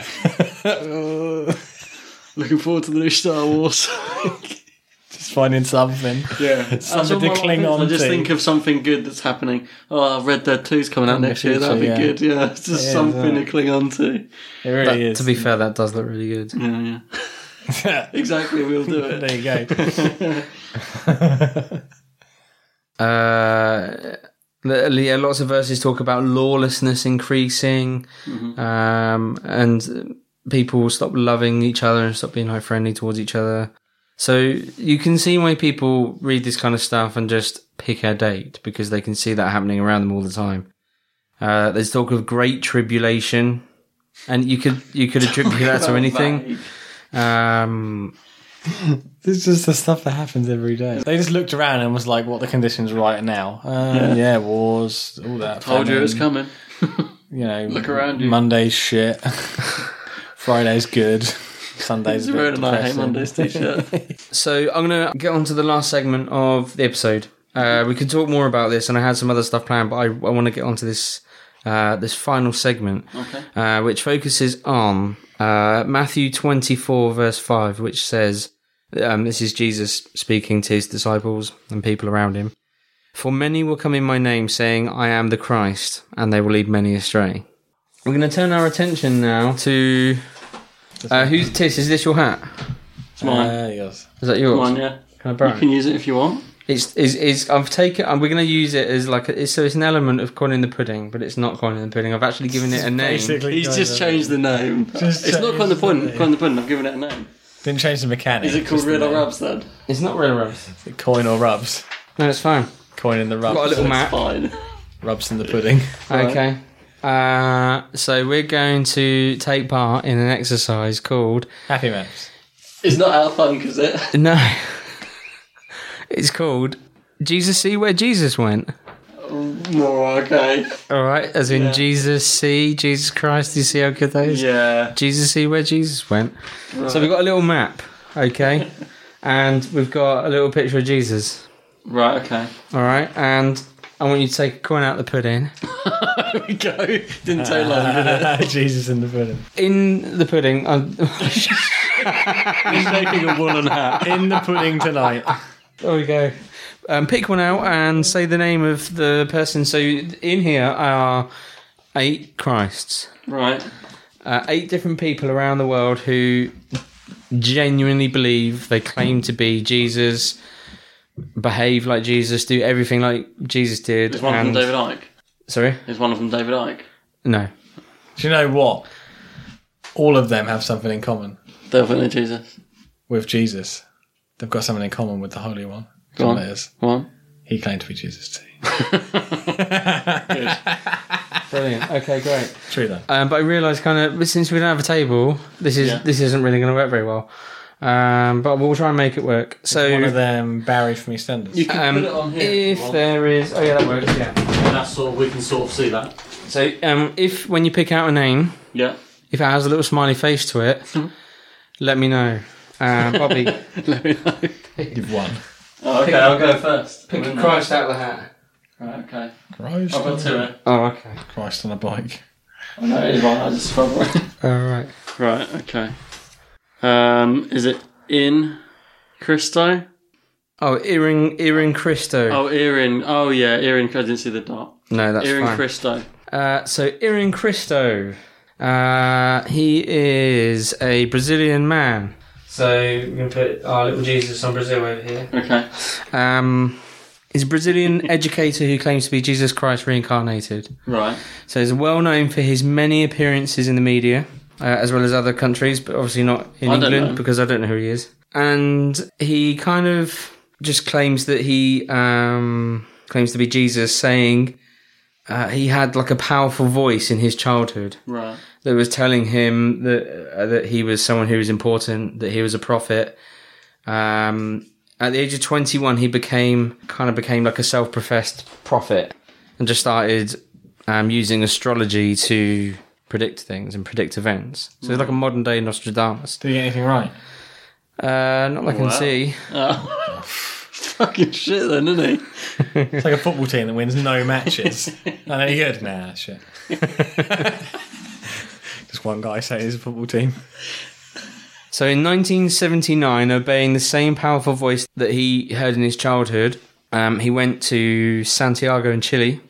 S4: it.
S3: Looking forward to the new Star Wars.
S4: Just finding something.
S3: Yeah.
S4: Something to cling on
S3: I just
S4: to.
S3: think of something good that's happening. Oh, Red Dead 2's coming out
S4: In the
S3: next year. That'd be
S4: future, yeah.
S3: good. Yeah, it's just
S4: Yeah,
S3: something
S4: yeah.
S3: to cling on to.
S4: It really
S2: That-
S4: is.
S2: To be fair, that does look really good.
S3: Yeah, yeah. Exactly, we'll do it.
S4: there you go.
S2: Uh, the- yeah, lots of verses talk about lawlessness increasing, um, and people will stop loving each other and stop being like friendly towards each other. So you can see why people read this kind of stuff and just pick a date because they can see that happening around them all the time. Uh, there's talk of great tribulation, and you could you could attribute that to
S3: about
S2: anything. Um,
S4: this is just the stuff that happens every day. They just looked around and was like, "What the conditions right now? Uh, yeah.
S3: Yeah.
S4: wars, all that.
S3: Told you it was
S4: famine,
S3: coming.
S4: You know,
S3: Look around you.
S4: Monday's shit. Friday's good. Sunday's a
S3: He's
S4: bit
S3: wearing an I Hate
S4: depressing.
S3: Mondays t shirt.
S2: So I'm going to get on to the last segment of the episode. Uh, we could talk more about this, and I had some other stuff planned, but I, I want to get on to this uh, this final segment,
S3: Okay.
S2: uh, which focuses on uh, Matthew 24, verse 5, which says, um, This is Jesus speaking to his disciples and people around him. For many will come in my name, saying, I am the Christ, and they will lead many astray. We're going to turn our attention now to. Uh, who's Tis? Is this your hat?
S3: It's mine.
S4: Uh, yes.
S2: Is that yours?
S3: mine, yeah.
S2: Can I borrow
S3: You
S2: it?
S3: can use it if you want.
S2: It's is is I've taken and we're going to use it as like a, it's, so it's an element of coin in the pudding, but it's not coin in the pudding. I've actually given it a name.
S4: Basically,
S3: He's
S4: guys,
S3: just
S4: uh,
S3: changed the name.
S4: Just
S3: it's not
S4: changed
S3: quite the
S4: the
S3: point.
S4: name.
S3: Quite the point. I've given it a name.
S4: Didn't change the mechanic.
S3: Is it called
S4: just the
S3: Red or
S4: name.
S3: Rubs then?
S2: It's not real rubs.
S4: Coin or rubs?
S2: No, it's fine.
S4: Coin in the rubs.
S2: Got a little map.
S3: Fine.
S4: Rubs in the pudding.
S2: Okay. Uh, so we're going to take part in an exercise called
S4: Happy maps.
S3: It's not our funk, is it?
S2: no. it's called Jesus see where Jesus went.
S3: No, okay.
S2: All right, as in Jesus see Jesus Christ. Do you see how good that is?
S3: Yeah.
S2: Jesus see where Jesus went. So we've got a little map, okay? and we've got a little picture of Jesus,
S3: Right, okay.
S2: all right? And I want you to take a coin out of the pudding.
S3: There we go. Didn't take long, did it?
S4: Jesus in the pudding.
S2: In the pudding, I'm,
S3: He's making a woolen hat.
S4: In the pudding tonight.
S2: there we go. Um, pick one out and say the name of the person. So in here are eight Christs,
S3: Right.
S2: uh, eight different people around the world who genuinely believe they claim to be Jesus. Behave like Jesus, do everything like Jesus did.
S3: Is one of them
S2: and-
S3: David Icke?
S2: Sorry,
S3: Is one of them David Icke?
S2: no.
S4: Do you know what? All of them have something in common
S3: Definitely Jesus.
S4: with Jesus. They've got something in common with the Holy One.
S3: Go
S4: John
S3: on.
S4: Letters.
S3: One.
S4: He claimed to be Jesus too.
S2: Brilliant. Okay, great.
S4: True then.
S2: Um, but I realised kind of since we don't have a table, this is
S3: Yeah.
S2: this isn't really going to work very well. Um, but we'll try and make it work. So
S4: One of them buried from EastEnders.
S3: You can
S2: um,
S3: put it on here.
S2: if
S3: Well,
S2: there is, oh yeah, that works. Yeah.
S3: that's sort of, we can sort of see that.
S2: So um, if when you pick out a name,
S3: Yeah. Hmm.
S2: if it has a little smiley face to it, let me know. Uh, Bobby,
S3: Let me know.
S4: You've won.
S3: Oh, okay,
S2: Pick-
S3: I'll go first.
S2: pick
S3: Wouldn't I?
S2: Christ out of the hat.
S3: Right, okay.
S4: Christ,
S3: I've got two
S4: on,
S3: here.
S2: Oh, okay.
S4: Christ on a bike.
S3: No, it is one. I just fell away.
S2: All right.
S3: Right, okay. Um, is it in Christo?
S2: Oh, earring, earring Christo.
S3: Oh, Erin. Oh, yeah, Erin. I didn't see the dot.
S2: no, that's
S3: Erin
S2: fine.
S3: Christo.
S2: Uh, so Irin Cristo, uh, he is a Brazilian man. So we're gonna put our little Jesus on Brazil over here.
S3: Okay.
S2: Um, he's a Brazilian educator who claims to be Jesus Christ reincarnated.
S3: Right.
S2: So he's well known for his many appearances in the media, uh, as well as other countries, but obviously not in
S3: I don't know.
S2: England because I don't know who he is. And he kind of just claims that he um, claims to be Jesus, saying uh, he had like a powerful voice in his childhood
S3: Right.
S2: that was telling him that uh, that he was someone who was important, that he was a prophet. Um, at the age of twenty one, he became kind of became like a self professed prophet and just started um, using astrology to predict things and predict events. So he's like a modern day Nostradamus.
S4: Did you get anything right?
S2: Uh, not that I can see.
S3: Oh. Fucking shit, then, isn't he?
S4: It's like a football team that wins no matches. Not any good? Nah, shit. just one guy saying he's a football team.
S2: So in 1979, obeying the same powerful voice that he heard in his childhood, um, he went to Santiago in Chile.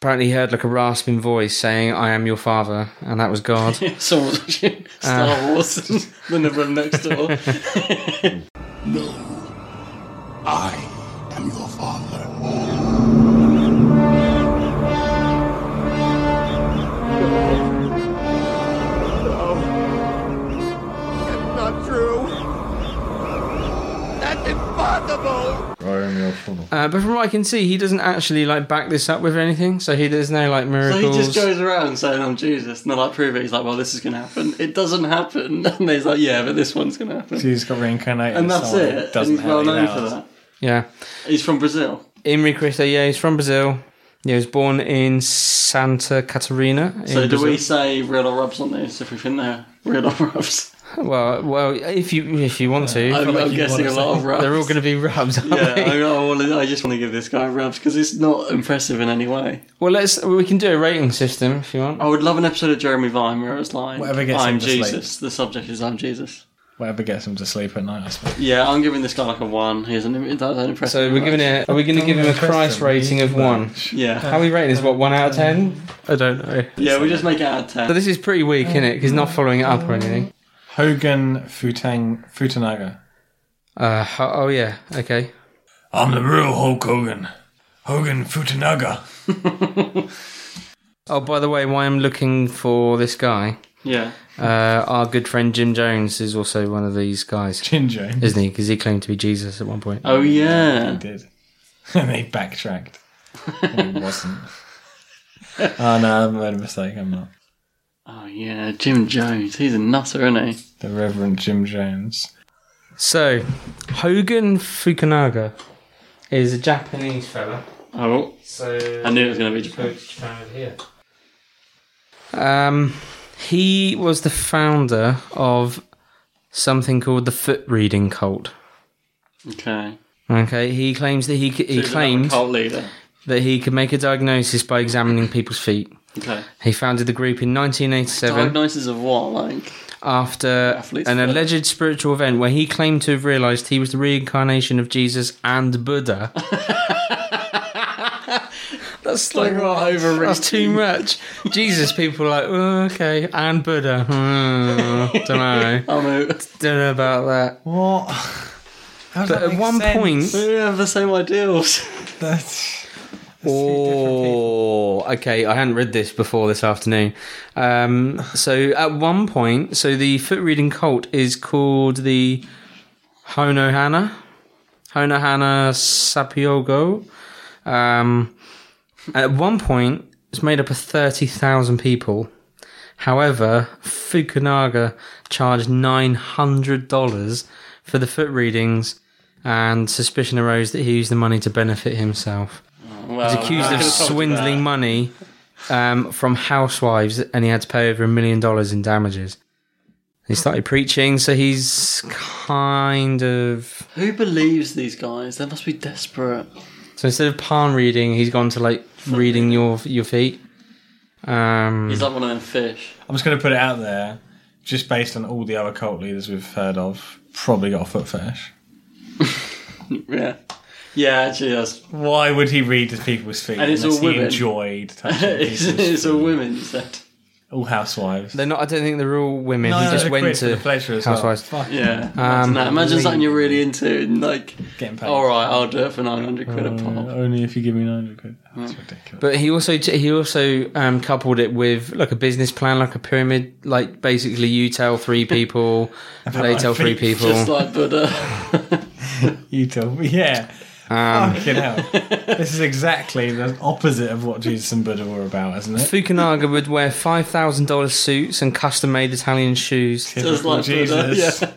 S2: Apparently, he heard like a rasping voice saying, "I am your father," and that was God.
S3: Someone's watching Star
S2: Uh.
S3: Wars and the number of next door.
S11: No, I am your father.
S7: Not true. That's impossible.
S2: Uh, but from what I can see, he doesn't actually like back this up with anything. So he there's no like
S3: So
S2: miracles.
S3: he just goes around saying, I'm Jesus. And they're like, prove it. He's like, well, this is going to happen. It doesn't happen. And he's like, yeah, but this one's going to happen.
S4: Jesus got reincarnated.
S3: and
S4: as
S3: that's
S4: someone
S3: it.
S4: who
S3: And
S4: Doesn't
S3: he's
S4: have
S3: well
S4: any
S3: known for
S4: powers.
S3: that.
S2: yeah.
S3: He's from Brazil.
S2: Imri Cristo, yeah, he's from Brazil. Yeah, he was born in Santa Catarina. in
S3: So do
S2: Brazil.
S3: we say real or rubs on this if we think they're real or rubs?
S2: Well, well, if you if you want to,
S3: I'm- I feel like I'm you guessing wanna a lot say- of rubs.
S2: They're all going to be rubs. Aren't
S3: yeah,
S2: they?
S3: I, I, wanna, I just want to give this guy rubs because it's not impressive in any way.
S2: Well, let's we can do a rating system if you want.
S3: I would love an episode of Jeremy Vine where it's like,
S4: Whatever gets
S3: I'm
S4: him to sleep.
S3: Jesus. The subject is I'm Jesus.
S4: Whatever gets him to sleep at night, I suppose.
S3: Yeah, I'm giving this guy like a one. He isn't that, that impressive.
S2: So we're giving it. Are we going to give him a Christ rating of one?
S3: Yeah.
S2: How are we rating this? What one out of ten? Um, I don't know.
S3: Yeah, we just make it out of ten.
S2: So this is pretty weak, isn't it? Because not following it up or anything.
S4: Hogan Futang Futanaga.
S2: Uh, ho- oh yeah, okay.
S4: I'm the real Hulk Hogan. Hogan Futanaga.
S2: Oh, by the way, why I'm looking for this guy?
S3: Yeah.
S2: Uh, our good friend Jim Jones is also one of these guys.
S4: Jim Jones,
S2: isn't he? Because he claimed to be Jesus at one point.
S3: Oh yeah,
S4: he did. and they backtracked. it wasn't. oh no, I made a mistake. I'm not.
S3: Oh yeah, Jim Jones. He's a nutter, isn't he?
S4: The Reverend Jim Jones.
S2: So, Hogan Fukunaga is a Japanese fella.
S3: Oh,
S2: So
S3: I knew it was going to be Japan.
S2: Um, he was the founder of something called the foot reading cult.
S3: Okay.
S2: Okay, he claims that he
S3: So
S2: c- he
S3: he's another
S2: claimed
S3: cult leader.
S2: that he could make a diagnosis by examining people's feet.
S3: Okay.
S2: He founded the group in 1987
S3: Diagnosis of what? Like
S2: after
S3: Athlete's
S2: an
S3: foot.
S2: alleged spiritual event where he claimed to have realized he was the reincarnation of Jesus and Buddha. that's like
S3: overreaching.
S2: That's too much. Jesus, people are like "Oh, okay, and Buddha. Hmm, don't know.
S3: I'm out.
S2: Don't know about that.
S4: What?
S2: But at one point,
S3: we have the same ideals.
S4: That's
S2: oh, okay. I hadn't read this before this afternoon. Um, so at one point, so the foot reading cult is called the Honohana, Honohana Sapiogo. Um, at one point, it's made up of thirty thousand people. However, Fukunaga charged nine hundred dollars for the foot readings, and suspicion arose that he used the money to benefit himself.
S3: Well,
S2: He was accused
S3: I
S2: of
S3: could've told you
S2: swindling money um, from housewives, and he had to pay over a million dollars in damages. He started preaching, so he's kind of.
S3: that. Who believes these guys? They must be desperate.
S2: So instead of palm reading, he's gone to like reading your your feet. Um,
S3: He's like one of them fish.
S4: I'm just going to put it out there, just based on all the other cult leaders we've heard of. Probably got a foot fetish.
S3: Yeah. Yeah, actually, that's.
S4: Why would he read to people's feet
S3: And it's
S4: unless
S3: all women.
S4: he enjoyed touching
S3: it's,
S4: people's
S3: it's
S4: feet?
S3: all women, you said.
S4: All housewives.
S2: they're not. I don't think they're all women.
S4: No,
S2: he
S4: no,
S2: just
S4: they're
S2: went
S4: quid for the
S2: to
S4: pleasure as
S2: housewives. Um,
S4: Well. Fuck.
S3: Yeah. Imagine that. Imagine something you're really into and like,
S4: Getting paid.
S3: alright, I'll do it for 900 quid a pop.
S4: Uh, only if you give me 900 quid. That's ridiculous.
S2: But he also he also um, coupled it with like a business plan, like a pyramid. Like basically, you tell three people, they
S4: my
S2: tell three
S4: feet.
S2: people.
S3: Just like Buddha.
S4: You tell me. Yeah.
S2: Um,
S4: Fucking hell. this is exactly the opposite of what Jesus and Buddha were about, isn't it?
S2: Fukunaga would wear five thousand dollars suits and custom made Italian shoes.
S3: Just
S4: Typical
S3: like
S4: Jesus.
S3: Buddha.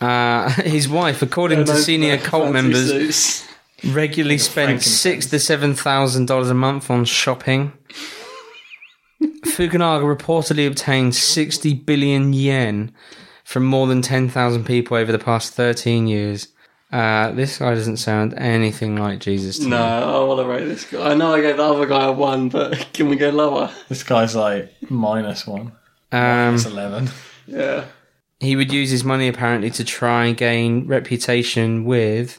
S2: Uh, his wife, according
S3: Yeah.
S2: to senior cult
S3: Fancy
S2: members,
S3: suits.
S2: regularly spent
S4: Frankenstein.
S2: six to seven thousand dollars a month on shopping. Fukunaga reportedly obtained sixty billion yen from more than ten thousand people over the past thirteen years. Uh, this guy doesn't sound anything like Jesus. To
S3: No,
S2: me.
S3: I want to rate this guy. I know I gave the other guy a one, but can we go lower?
S4: This guy's like minus one.
S2: Um,
S4: It's 11.
S3: Yeah.
S2: he would use his money apparently to try and gain reputation with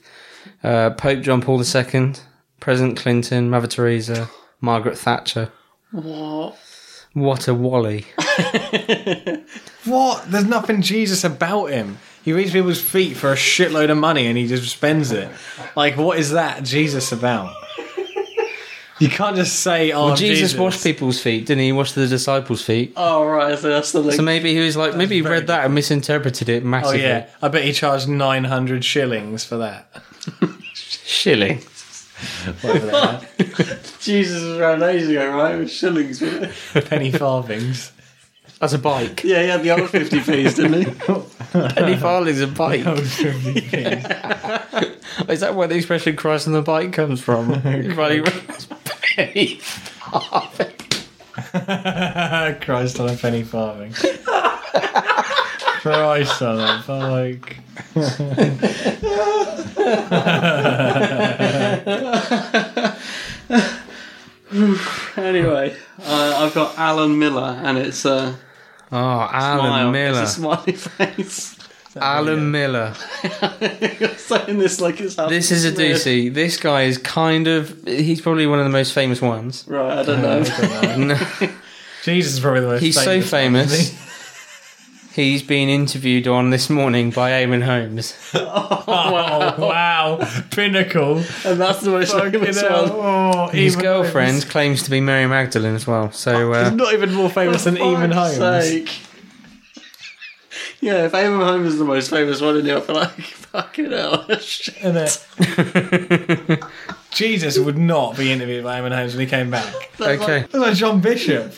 S2: uh, Pope John Paul II, President Clinton, Mother Teresa, Margaret Thatcher.
S3: What?
S2: What a wally!
S4: What? There's nothing Jesus about him. He reads people's feet for a shitload of money and he just spends it. Like, what is that Jesus about? You can't just say, "Oh,
S2: well,
S4: Jesus."
S2: Jesus, washed people's feet, didn't he? He washed the disciples' feet.
S3: Oh right, so that's the link.
S2: So maybe he was like, maybe he read that and misinterpreted it
S4: Oh
S2: massively.
S4: yeah, I bet he charged nine hundred shillings for that.
S2: Shilling.
S4: Whatever that
S3: Jesus was around ages ago, right? It was shillings. Wasn't it?
S4: penny farthings.
S2: That's a bike.
S3: Yeah, he had the old fifty p's, didn't he?
S2: Penny farthing's a bike.
S4: Yeah.
S2: Is that where the expression "Christ on the bike" comes from? Running penny
S4: Christ on a penny farthing. Christ on a bike.
S3: Uh, anyway, uh, I've got Alan Miller, and it's a
S2: Oh, Alan
S3: smile.
S2: Miller.
S3: It's a smiley face.
S2: Alan Miller.
S3: You're saying this like it's Alan
S2: This is a
S3: Smith.
S2: doozy. This guy is kind of. He's probably one of the most famous ones. Uh,
S3: Right, I don't know.
S2: No,
S4: Jesus is probably the most.
S2: he's so
S4: famous one, isn't
S2: famous.
S4: he?
S2: He's been interviewed on this morning by Eamon Holmes.
S4: Oh wow! Pinnacle.
S3: and that's the most
S4: Fucking
S3: famous
S4: hell.
S3: one.
S4: Oh,
S2: His
S4: Eamon
S2: girlfriend
S4: Holmes.
S2: claims to be Mary Magdalene as well. So uh,
S4: He's not even more famous than Eamon
S3: fuck's
S4: Holmes.
S3: sake. Yeah, if Eamon Holmes is the most famous one in here, I feel like fucking hell. Shit.
S4: And that- Jesus would not be interviewed by Eamon Holmes when he came back.
S2: okay,
S4: That's like John Bishop.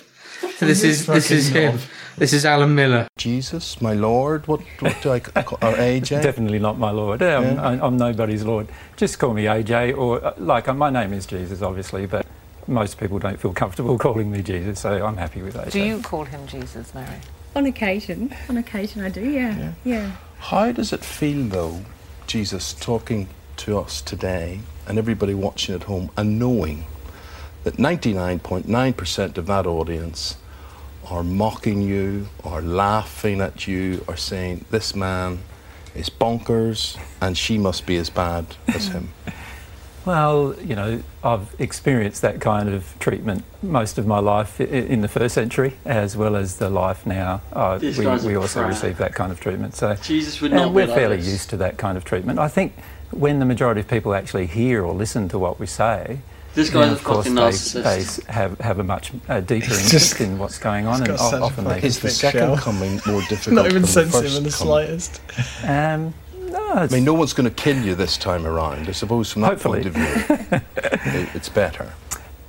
S2: so this is this is
S4: fucking
S2: him.
S4: knob.
S2: This is Alan Miller.
S11: Jesus, my Lord, what, what do I call or AJ?
S12: Definitely not my Lord. Um,
S11: Yeah.
S12: I, I'm nobody's Lord. Just call me AJ, or uh, like uh, my name is Jesus, obviously, but most people don't feel comfortable calling me Jesus, so I'm happy with AJ.
S13: call him Jesus, Mary?
S14: On occasion, on occasion I do, yeah. Yeah.
S11: How does it feel, though, Jesus talking to us today and everybody watching at home and knowing that 99.9% of that audience are mocking you, are laughing at you, are saying, this man is bonkers and she must be as bad as him?
S12: Well, you know, I've experienced that kind of treatment most of my life i- i- in the first century, as well as the life now. Uh,
S3: These
S12: we,
S3: guys are
S12: we also
S3: crap.
S12: receive that kind of treatment. So
S3: Jesus would
S12: and
S3: not be
S12: we're
S3: like
S12: fairly
S3: this.
S12: used to that kind of treatment. I think when the majority of people actually hear or listen to what we say,
S3: This
S12: then
S3: guy's a
S12: of course
S3: fucking
S12: they,
S3: narcissist.
S12: they s- have have a much uh, deeper
S4: He's
S12: interest
S4: just-
S12: in what's going
S4: he's
S12: on, and
S4: got
S12: o-
S4: such a
S12: often they
S4: fucking
S11: Is the
S4: Thick
S11: second
S4: shell.
S11: coming more difficult
S4: Not even
S11: than the
S4: sensitive
S11: first
S4: in the
S11: coming?
S4: slightest.
S12: Um, no,
S11: I
S12: it's-
S11: mean, no one's going to kill you this time around. I suppose from that
S12: Hopefully.
S11: point of view, it- it's better.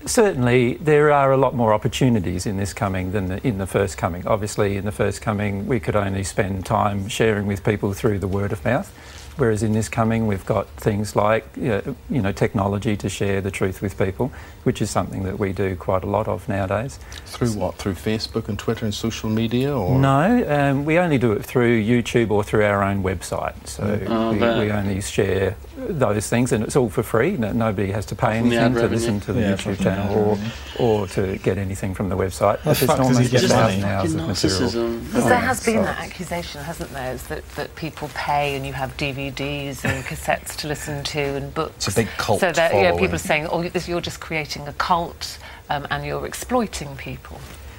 S12: Certainly, there are a lot more opportunities in this coming than the, in the first coming. Obviously, in the first coming, we could only spend time sharing with people through the word of mouth, whereas in this coming, we've got things like you know, you know technology to share the truth with people, which is something that we do quite a lot of nowadays.
S11: Through what? Through Facebook and Twitter and social media, or
S12: No, um, we only do it through YouTube or through our own website. So
S3: Oh,
S12: we,
S3: that-
S12: we only share those things, and it's all for free. No, nobody has to pay
S3: From the ad
S12: anything to
S3: revenue.
S12: listen to the
S4: Yeah, from
S12: YouTube
S4: the
S12: channel
S4: ad
S12: or, or to get anything from the website.
S4: How the fuck does he get
S12: just
S4: money?
S12: thousand hours
S3: Fucking
S12: of material.
S3: narcissism.
S13: Because there
S12: Yeah,
S13: has been
S12: so-
S13: that accusation, hasn't there, is that, that people pay and you have DVDs and cassettes to listen to and books.
S11: It's a big cult
S13: So that yeah, people
S11: following.
S13: are saying, oh, this- you're just creating a cult um, and you're exploiting people.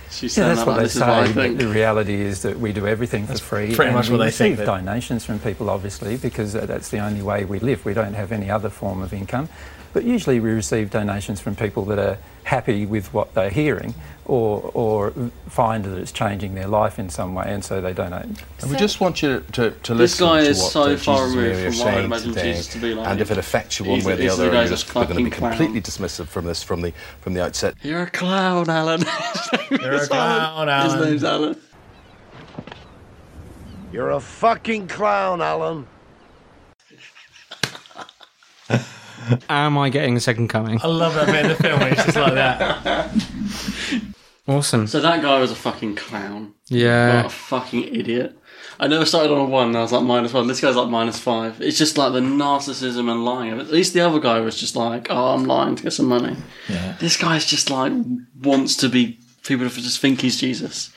S3: She's
S12: Yeah,
S3: saying
S12: that's
S3: that
S12: what
S3: like
S12: they
S3: this is what I
S12: say. but
S3: think.
S12: The reality is that we do everything for free.
S4: pretty
S12: and
S4: much
S12: we
S4: what they
S12: receive
S4: think that-
S12: donations from people, obviously, because uh, that's the only way we live. We don't have any other form of income. But usually we receive donations from people that are happy with what they're hearing or, or find that it's changing their life in some way, and so they donate.
S11: And we just want you to, to listen
S3: This guy
S11: to
S3: is
S11: what
S3: so
S11: uh,
S3: far
S11: Jesus
S3: removed
S11: Mary
S3: from what
S11: are
S3: I would
S11: saying
S3: imagine
S11: today,
S3: Jesus to be like.
S11: and if it affects you one
S3: He's-
S11: way or the
S3: he's the
S11: other,
S3: guy
S11: you're
S3: that's
S11: just going to be
S3: fucking clown.
S11: completely dismissive from this from the from the outset.
S3: You're a clown, Alan. You're
S4: a clown, Alan.
S3: His name's Alan.
S11: You're a fucking clown, Alan.
S2: Am I getting a second coming?
S4: I love that bit of the film where it's just like that.
S2: Awesome.
S3: So that guy was a fucking clown. What
S2: Yeah.
S3: a fucking idiot. I never started on a one, and I was like minus one. This guy's like minus five. It's just like the narcissism and lying. At least the other guy was just like, oh, I'm lying to get some money. This guy's just like, wants to be, people just think he's Jesus.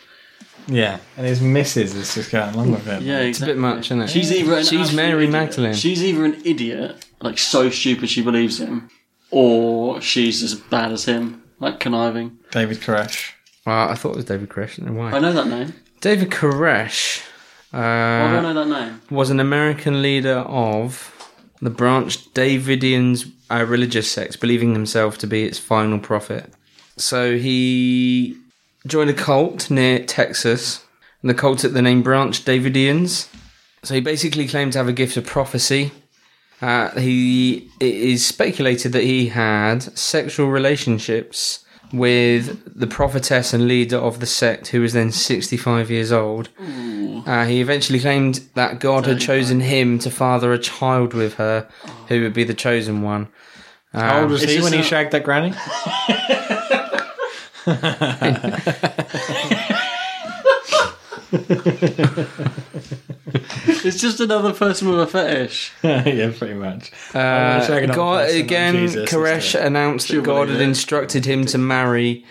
S4: Yeah, and his missus is just going along with it.
S3: Yeah,
S2: It's a bit much, isn't it?
S3: She's either an
S2: She's
S3: absolute
S2: Mary
S3: idiot.
S2: Magdalene.
S3: She's either an idiot, like so stupid she believes him, or she's as bad as him, like conniving.
S4: David Koresh.
S2: Wow, I thought it was David Koresh. I don't know why.
S3: I know that name.
S2: David Koresh. Uh,
S3: Why do I know that name?
S2: Was an American leader of the branch Davidians uh, religious sect, believing himself to be its final prophet. So he joined a cult near Texas, and the cult took the name Branch Davidians. So he basically claimed to have a gift of prophecy. Uh, he it is speculated that he had sexual relationships with the prophetess and leader of the sect, who was then 65 years old. Uh, he eventually claimed that God had chosen him to father a child with her, who would be the chosen one. Um,
S4: How old was he when he shagged that granny?
S3: it's just another person with a fetish.
S4: yeah, pretty much.
S2: Uh, God, again, Koresh
S4: Koresh
S2: announced that God had instructed him to marry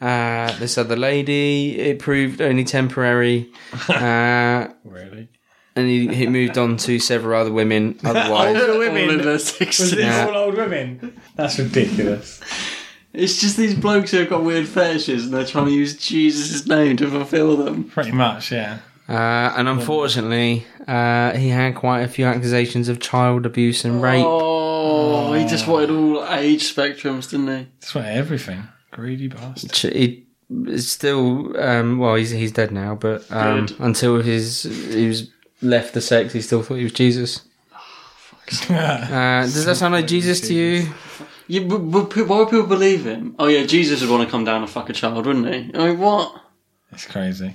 S2: uh, this other lady. It proved only temporary. Uh,
S4: really?
S2: And he, he moved on to several other women. Otherwise,
S4: older women.
S3: All in their
S4: Was it
S3: 60s.
S4: all old women? That's ridiculous.
S3: It's just these blokes who have got weird fetishes and they're trying to use Jesus' name to fulfill them.
S4: Pretty much, yeah.
S2: Uh, and unfortunately, uh, he had quite a few accusations of child abuse and rape.
S3: Oh, he just wanted all age spectrums, didn't he?
S4: That's why everything. Greedy bastard.
S2: Ch- He is still, um, well, he's he's dead now, but um,
S4: Good.
S2: until his he was left the sect, he still thought he was Jesus. Uh, does that sound like Jesus to you?
S3: Yeah, but, but pe- why would people believe him? Oh yeah, Jesus would want to come down and fuck a child, wouldn't he? I mean, what?
S4: It's crazy.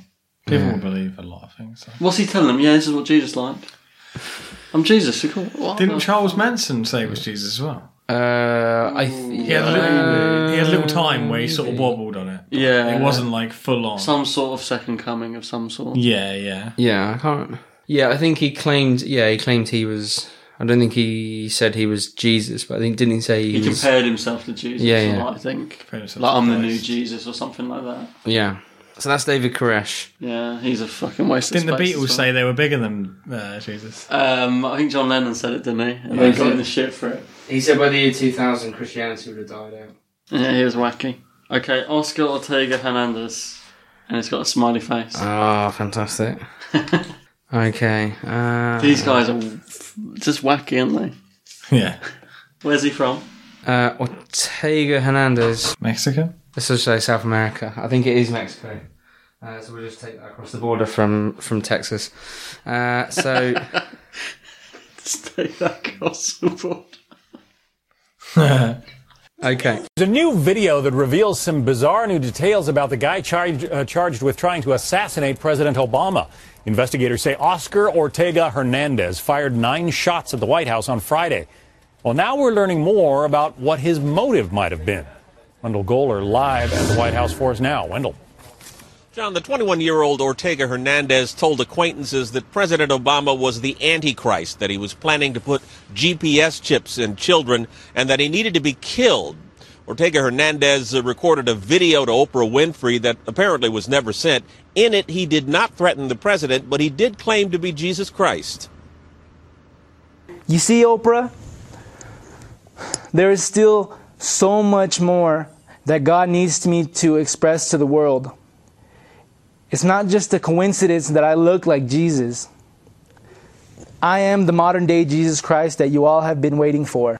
S4: People
S3: Yeah.
S4: will believe a lot of things.
S3: What's he telling them? Yeah, this is what Jesus liked. I'm Jesus. Of course. What
S4: Didn't
S3: the-
S4: Charles Manson say it was Jesus as well?
S2: Uh, I
S4: He had, a little, he had a little time where he sort of wobbled on it.
S3: Yeah,
S4: It wasn't like full on.
S3: Some sort of second coming of some sort.
S4: Yeah, yeah.
S2: Yeah, I can't. Yeah, I think he claimed. Yeah, he claimed he was. I don't think he said he was Jesus, but I think didn't he say he,
S3: He
S2: was-
S3: compared himself to Jesus.
S2: Yeah,
S3: a
S2: yeah.
S3: lot, I think. Like
S4: himself to
S3: I'm the
S4: Christ.
S3: new Jesus or something like that.
S2: Yeah. So that's David Koresh.
S3: Yeah, he's a fucking waste.
S4: Didn't
S3: of
S4: the
S3: space
S4: Beatles
S3: as well.
S4: say they were bigger than uh, Jesus?
S3: Um, I think John Lennon said it, didn't he? And
S2: Yeah,
S3: they
S2: he
S3: got
S2: did.
S3: in the shit for it.
S2: He said by the year 2000, Christianity would have died out.
S3: Yeah, he was wacky. Okay, Oscar Ortega Hernandez, and it's got a smiley face.
S2: Ah, fantastic. okay. Uh,
S3: These guys are just wacky, aren't
S4: they? Yeah.
S3: Where's he from?
S2: Uh, Ortega Hernandez.
S4: Mexico?
S2: Let's just say South America. I think it is Mexico. Uh, so we'll just take that across the border from, from Texas. Uh, so.
S3: Stay that across the border.
S2: okay.
S15: There's a new video that reveals some bizarre new details about the guy charged, uh, charged with trying to assassinate President Obama. Investigators say Oscar Ortega Hernandez fired nine shots at the White House on Friday. Well, now we're learning more about what his motive might have been. Wendell Goller live at the White House for us now. Wendell.
S16: John, the 21 year old Ortega Hernandez told acquaintances that President Obama was the Antichrist, that he was planning to put GPS chips in children, and that he needed to be killed. Ortega Hernandez uh, recorded a video to Oprah Winfrey that apparently was never sent. In it, he did not threaten the president, but he did claim to be Jesus Christ.
S17: You see, Oprah, there is still so much more that God needs me to express to the world. It's not just a coincidence that I look like Jesus. I am the modern day Jesus Christ that you all have been waiting for.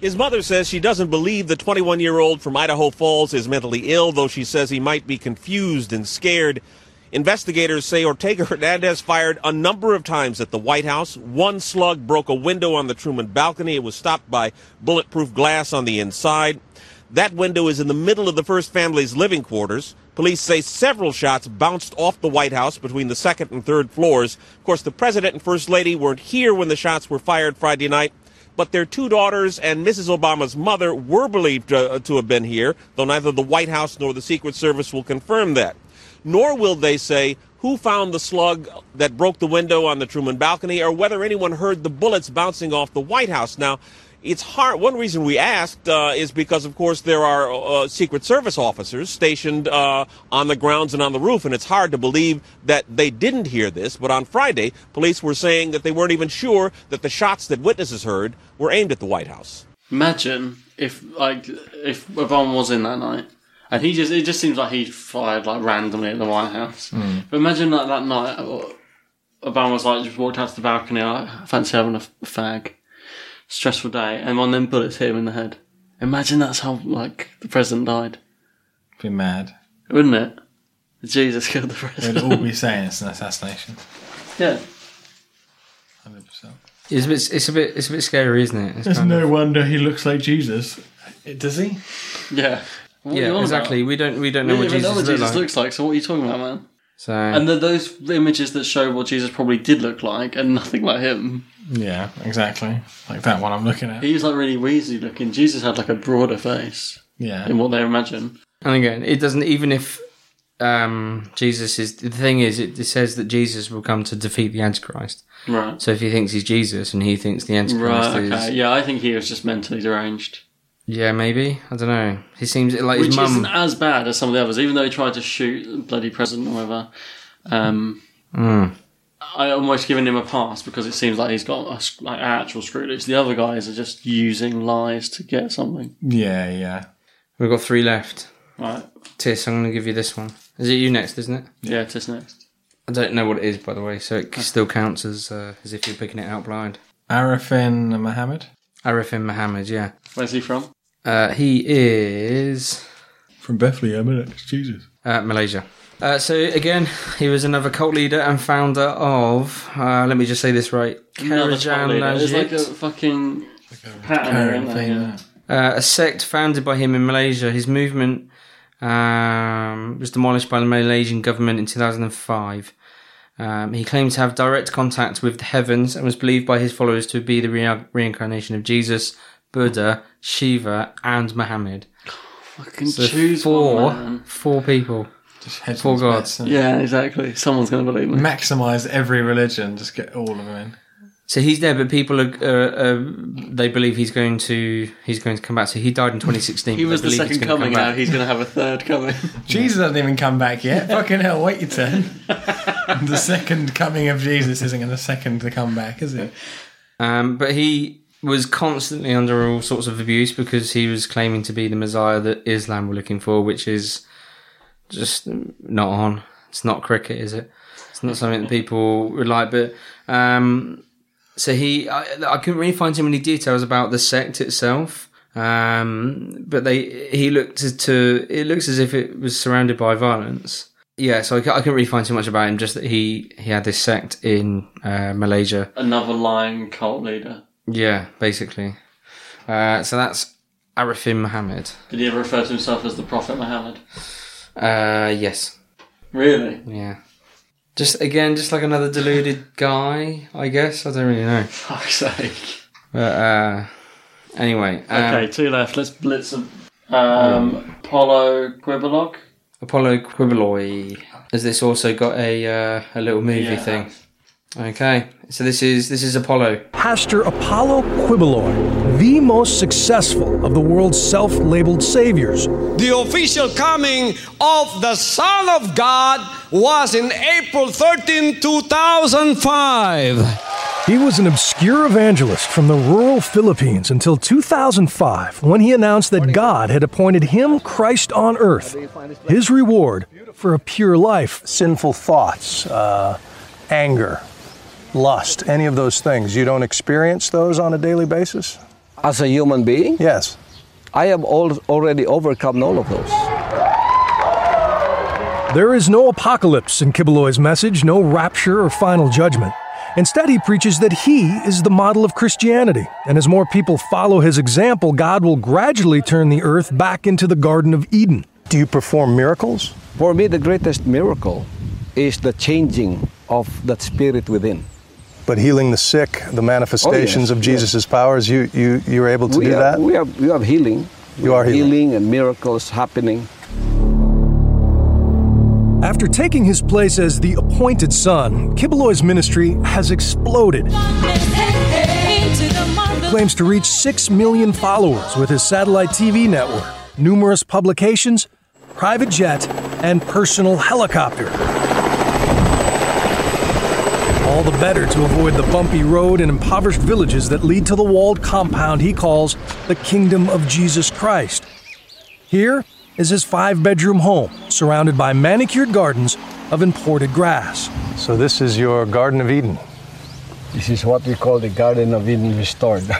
S16: His mother says she doesn't believe the 21 year old from Idaho Falls is mentally ill, though she says he might be confused and scared. Investigators say Ortega Hernandez fired a number of times at the White House. One slug broke a window on the Truman balcony. It was stopped by bulletproof glass on the inside. That window is in the middle of the first family's living quarters. Police say several shots bounced off the White House between the second and third floors. Of course, the president and first lady weren't here when the shots were fired Friday night but their two daughters and Mrs. Obama's mother were believed uh, to have been here, though neither the White House nor the Secret Service will confirm that. Nor will they say who found the slug that broke the window on the Truman balcony or whether anyone heard the bullets bouncing off the White House. Now, it's hard. One reason we asked uh, is because, of course, there are uh, Secret Service officers stationed uh, on the grounds and on the roof, and it's hard to believe that they didn't hear this. But on Friday, police were saying that they weren't even sure that the shots that witnesses heard were aimed at the White House.
S3: Imagine if like if Obama was in that night, and he just it just seems like he fired like randomly at the White House.
S18: Mm.
S3: But imagine like that night, uh, Obama was like just walked out to the balcony, like "I fancy having a f- fag, stressful day, and one of them bullets hit him in the head. Imagine that's how like the president died,
S18: Be mad.
S3: wouldn't it? Jesus killed the
S18: We'd
S3: president.
S18: all be saying it's an assassination.
S3: yeah.
S18: Hundred percent.
S2: It's a bit. It's a bit. It's a bit scary, isn't it? It's
S18: It's
S2: kind of-
S18: no wonder he looks like Jesus. Does he?
S3: Yeah. What are you
S2: yeah,
S3: on
S2: exactly.
S3: about?
S2: We don't. We don't know
S3: We
S2: what
S3: don't even
S2: Jesus,
S3: know what
S2: looked
S3: Jesus
S2: like.
S3: looks like. So what are you talking about, man?
S2: So
S3: And the, those images that show what Jesus probably did look like, and nothing like him.
S18: Yeah, exactly. Like that one I'm looking at.
S3: He was like really weasely looking. Jesus had like a broader face.
S18: Yeah.
S3: In what they imagine.
S2: And again, it doesn't even if um, Jesus is the thing is it, it says that Jesus will come to defeat the Antichrist.
S3: Right.
S2: So if he thinks he's Jesus and he thinks the Antichrist
S3: Right. Okay.
S2: is
S3: Yeah, I think he was just mentally deranged,
S2: yeah maybe I don't know. He seems like
S3: which
S2: his
S3: isn't
S2: mum.
S3: as bad as some of the others. Even though he tried to shoot the bloody president or whatever, um,
S2: Mm.
S3: I almost given him a pass because it seems like he's got a, s- like actual screw loose. The other guys are just using lies to get something.
S18: Yeah, yeah.
S2: We've got three left.
S3: Right.
S2: Tis, I'm going to give you this one. Is it you next? Isn't it?
S3: Yeah, it's just next.
S2: I don't know what it is by the way, so it still counts as uh, as if you're picking it out blind.
S18: Arafin Muhammad.
S2: Arifin Muhammad, yeah.
S3: Where's he from?
S2: Uh, he is
S18: from Bethlehem, isn't it? Jesus.
S2: Uh, Malaysia. Uh, so again, he was another cult leader and founder of. Uh, let me just say this right.
S3: Another
S2: Karajan
S3: cult leader. It's like a
S2: Najib,
S3: fucking pattern
S18: recurring
S3: there,
S18: thing,
S3: isn't
S18: isn't
S3: there?
S18: it?
S2: uh, a sect founded by him in Malaysia. His movement um, was demolished by the Malaysian government in 2005. Um, he claimed to have direct contact with the heavens and was believed by his followers to be the rea- reincarnation of Jesus, Buddha, Shiva, and Muhammad.
S3: Fucking choose
S2: four,
S3: one, man.
S2: four people,
S18: heads
S2: four
S18: on his
S2: gods.
S18: bets, isn't it?
S3: Yeah, exactly. Someone's going to believe me.
S18: Maximize every religion. Just get all of them in.
S2: So he's there, but people are, uh, uh, they believe he's going to he's going to come back. So he died in 2016.
S3: He
S2: but they
S3: was the
S2: believe he's
S3: second
S2: gonna come
S3: coming.
S2: back.
S3: Now he's going to have a third coming.
S18: Jesus hasn't even come back yet. Fucking hell, wait your turn. the second coming of Jesus isn't going to second to come back, is it?
S2: Um, but he was constantly under all sorts of abuse because he was claiming to be the Messiah that Islam were looking for, which is just not on. It's not cricket, is it? It's not something that people would like. But um, so he, I, I couldn't really find too many details about the sect itself. Um, but they, he looked as to it looks as if it was surrounded by violence. Yeah, so I, cou- I couldn't really find too much about him. Just that he he had this sect in uh, Malaysia.
S3: Another lying cult leader.
S2: Yeah, basically. Uh, so that's Arifin Muhammad.
S3: Did he ever refer to himself as the Prophet Muhammad?
S2: Uh, yes.
S3: Really?
S2: Yeah. Just again, just like another deluded guy, I guess. I don't really know.
S3: Fuck's sake.
S2: But uh, anyway, um,
S3: okay, two left. Let's blitz them. Um, Apollo Quibbelog.
S2: Apollo Quibbeloi. Has this also got a uh, a little movie
S3: Yeah.
S2: thing? Okay, so this is this is Apollo.
S19: Pastor Apollo Quibeloy, the most successful of the world's self labeled saviors.
S20: The official coming of the Son of God was in April 13, 2005.
S19: He was an obscure evangelist from the rural Philippines until 2005 when he announced that God had appointed him Christ on earth, his reward for a pure life. Sinful thoughts, uh, anger, lust, any of those things. You don't experience those on a daily basis?
S20: As a human being?
S19: Yes.
S20: I have al- already overcome all of those.
S19: There is no apocalypse in Kibeloy's message, no rapture or final judgment. Instead, he preaches that he is the model of Christianity, and as more people follow his example, God will gradually turn the earth back into the Garden of Eden. Do you perform miracles?
S20: For me, the greatest miracle is the changing of that spirit within. Oh,
S19: But healing the sick, the manifestations of Jesus' powers, you, you, you're able to
S20: we
S19: do
S20: are,
S19: that?
S20: We are, we are healing.
S19: You are healing.
S20: Healing and miracles happening.
S19: After taking his place as the appointed son, Kibeloy's ministry has exploded.
S21: Into the mother
S19: claims to reach 6 million followers with his satellite TV network, numerous publications, private jet, and personal helicopter. All the better to avoid the bumpy road and impoverished villages that lead to the walled compound he calls the Kingdom of Jesus Christ. Here is his five bedroom home, surrounded by manicured gardens of imported grass.
S22: So, this is your Garden of Eden.
S21: This is what we call the Garden of Eden restored.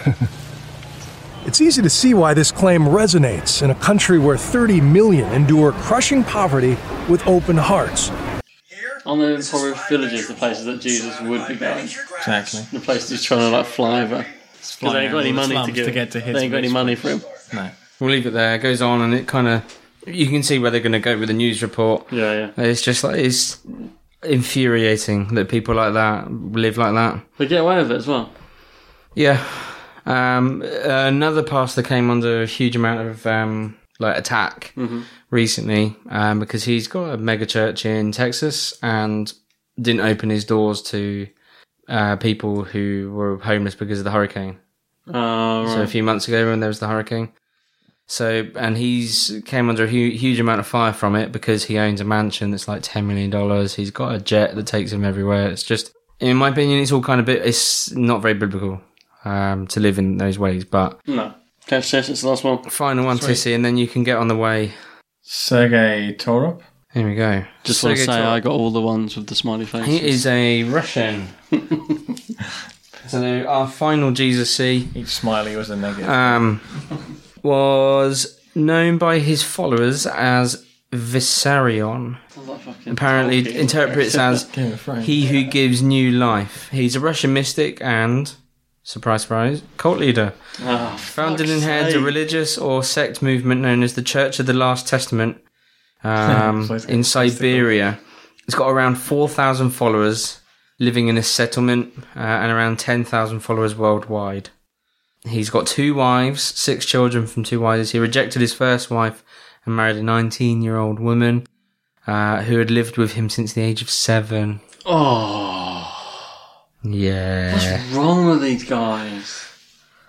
S19: It's easy to see why this claim resonates in a country where 30 million endure crushing poverty with open hearts.
S3: On the impoverished villages, the places that Jesus would be going.
S4: Exactly.
S3: The places he's trying to like fly over. Because they ain't got any
S4: over the
S3: money to
S4: slums
S3: give.
S4: to get to his
S3: they ain't got any
S4: place.
S3: money for him.
S4: No.
S2: We'll leave it there. It goes on, and it kind of you can see where they're going to go with the news report.
S3: Yeah,
S2: yeah. It's just like it's infuriating that people like that live like that.
S3: They get away with it as well.
S2: Yeah. Um, another pastor came under a huge amount of um, like attack
S3: Mhm.
S2: recently um, because he's got a mega church in Texas and didn't open his doors to uh, people who were homeless because of the hurricane.
S3: Oh,
S2: So a
S3: right.
S2: few months ago when there was the hurricane. So and he's came under a hu- huge amount of fire from it because he owns a mansion that's like ten million dollars. He's got a jet that takes him everywhere. It's just, in my opinion, it's all kind of bit. It's not very biblical um, to live in those ways. But
S3: No. Catch this, it's the last one.
S2: Final one, Tissy, and then you can get on the way.
S4: Sergey Torop.
S2: Here we go.
S3: Just want to
S2: Sergei
S3: say,
S2: Torop.
S3: I got all the ones with the smiley faces.
S2: He is a Russian. so our final Jesus C.
S4: Each smiley was a negative.
S2: Um, was known by his followers as Visarion. Apparently,
S4: Tolkien.
S2: interprets as
S4: Game of Thrones.
S2: he who gives new life. He's a Russian mystic and, surprise, surprise, cult leader.
S3: Ah,
S2: Founded and
S3: fuck's
S2: heads a
S3: sake.
S2: religious or sect movement known as the Church of the Last Testament um,
S3: So it's
S2: in Siberia. It's got around 4,000 followers living in a settlement uh, and around 10,000 followers worldwide. He's got two wives, six children from two wives. He rejected his first wife and married a 19 year old woman uh, who had lived with him since the age of seven.
S3: Oh,
S2: Yeah.
S3: what's wrong with these guys?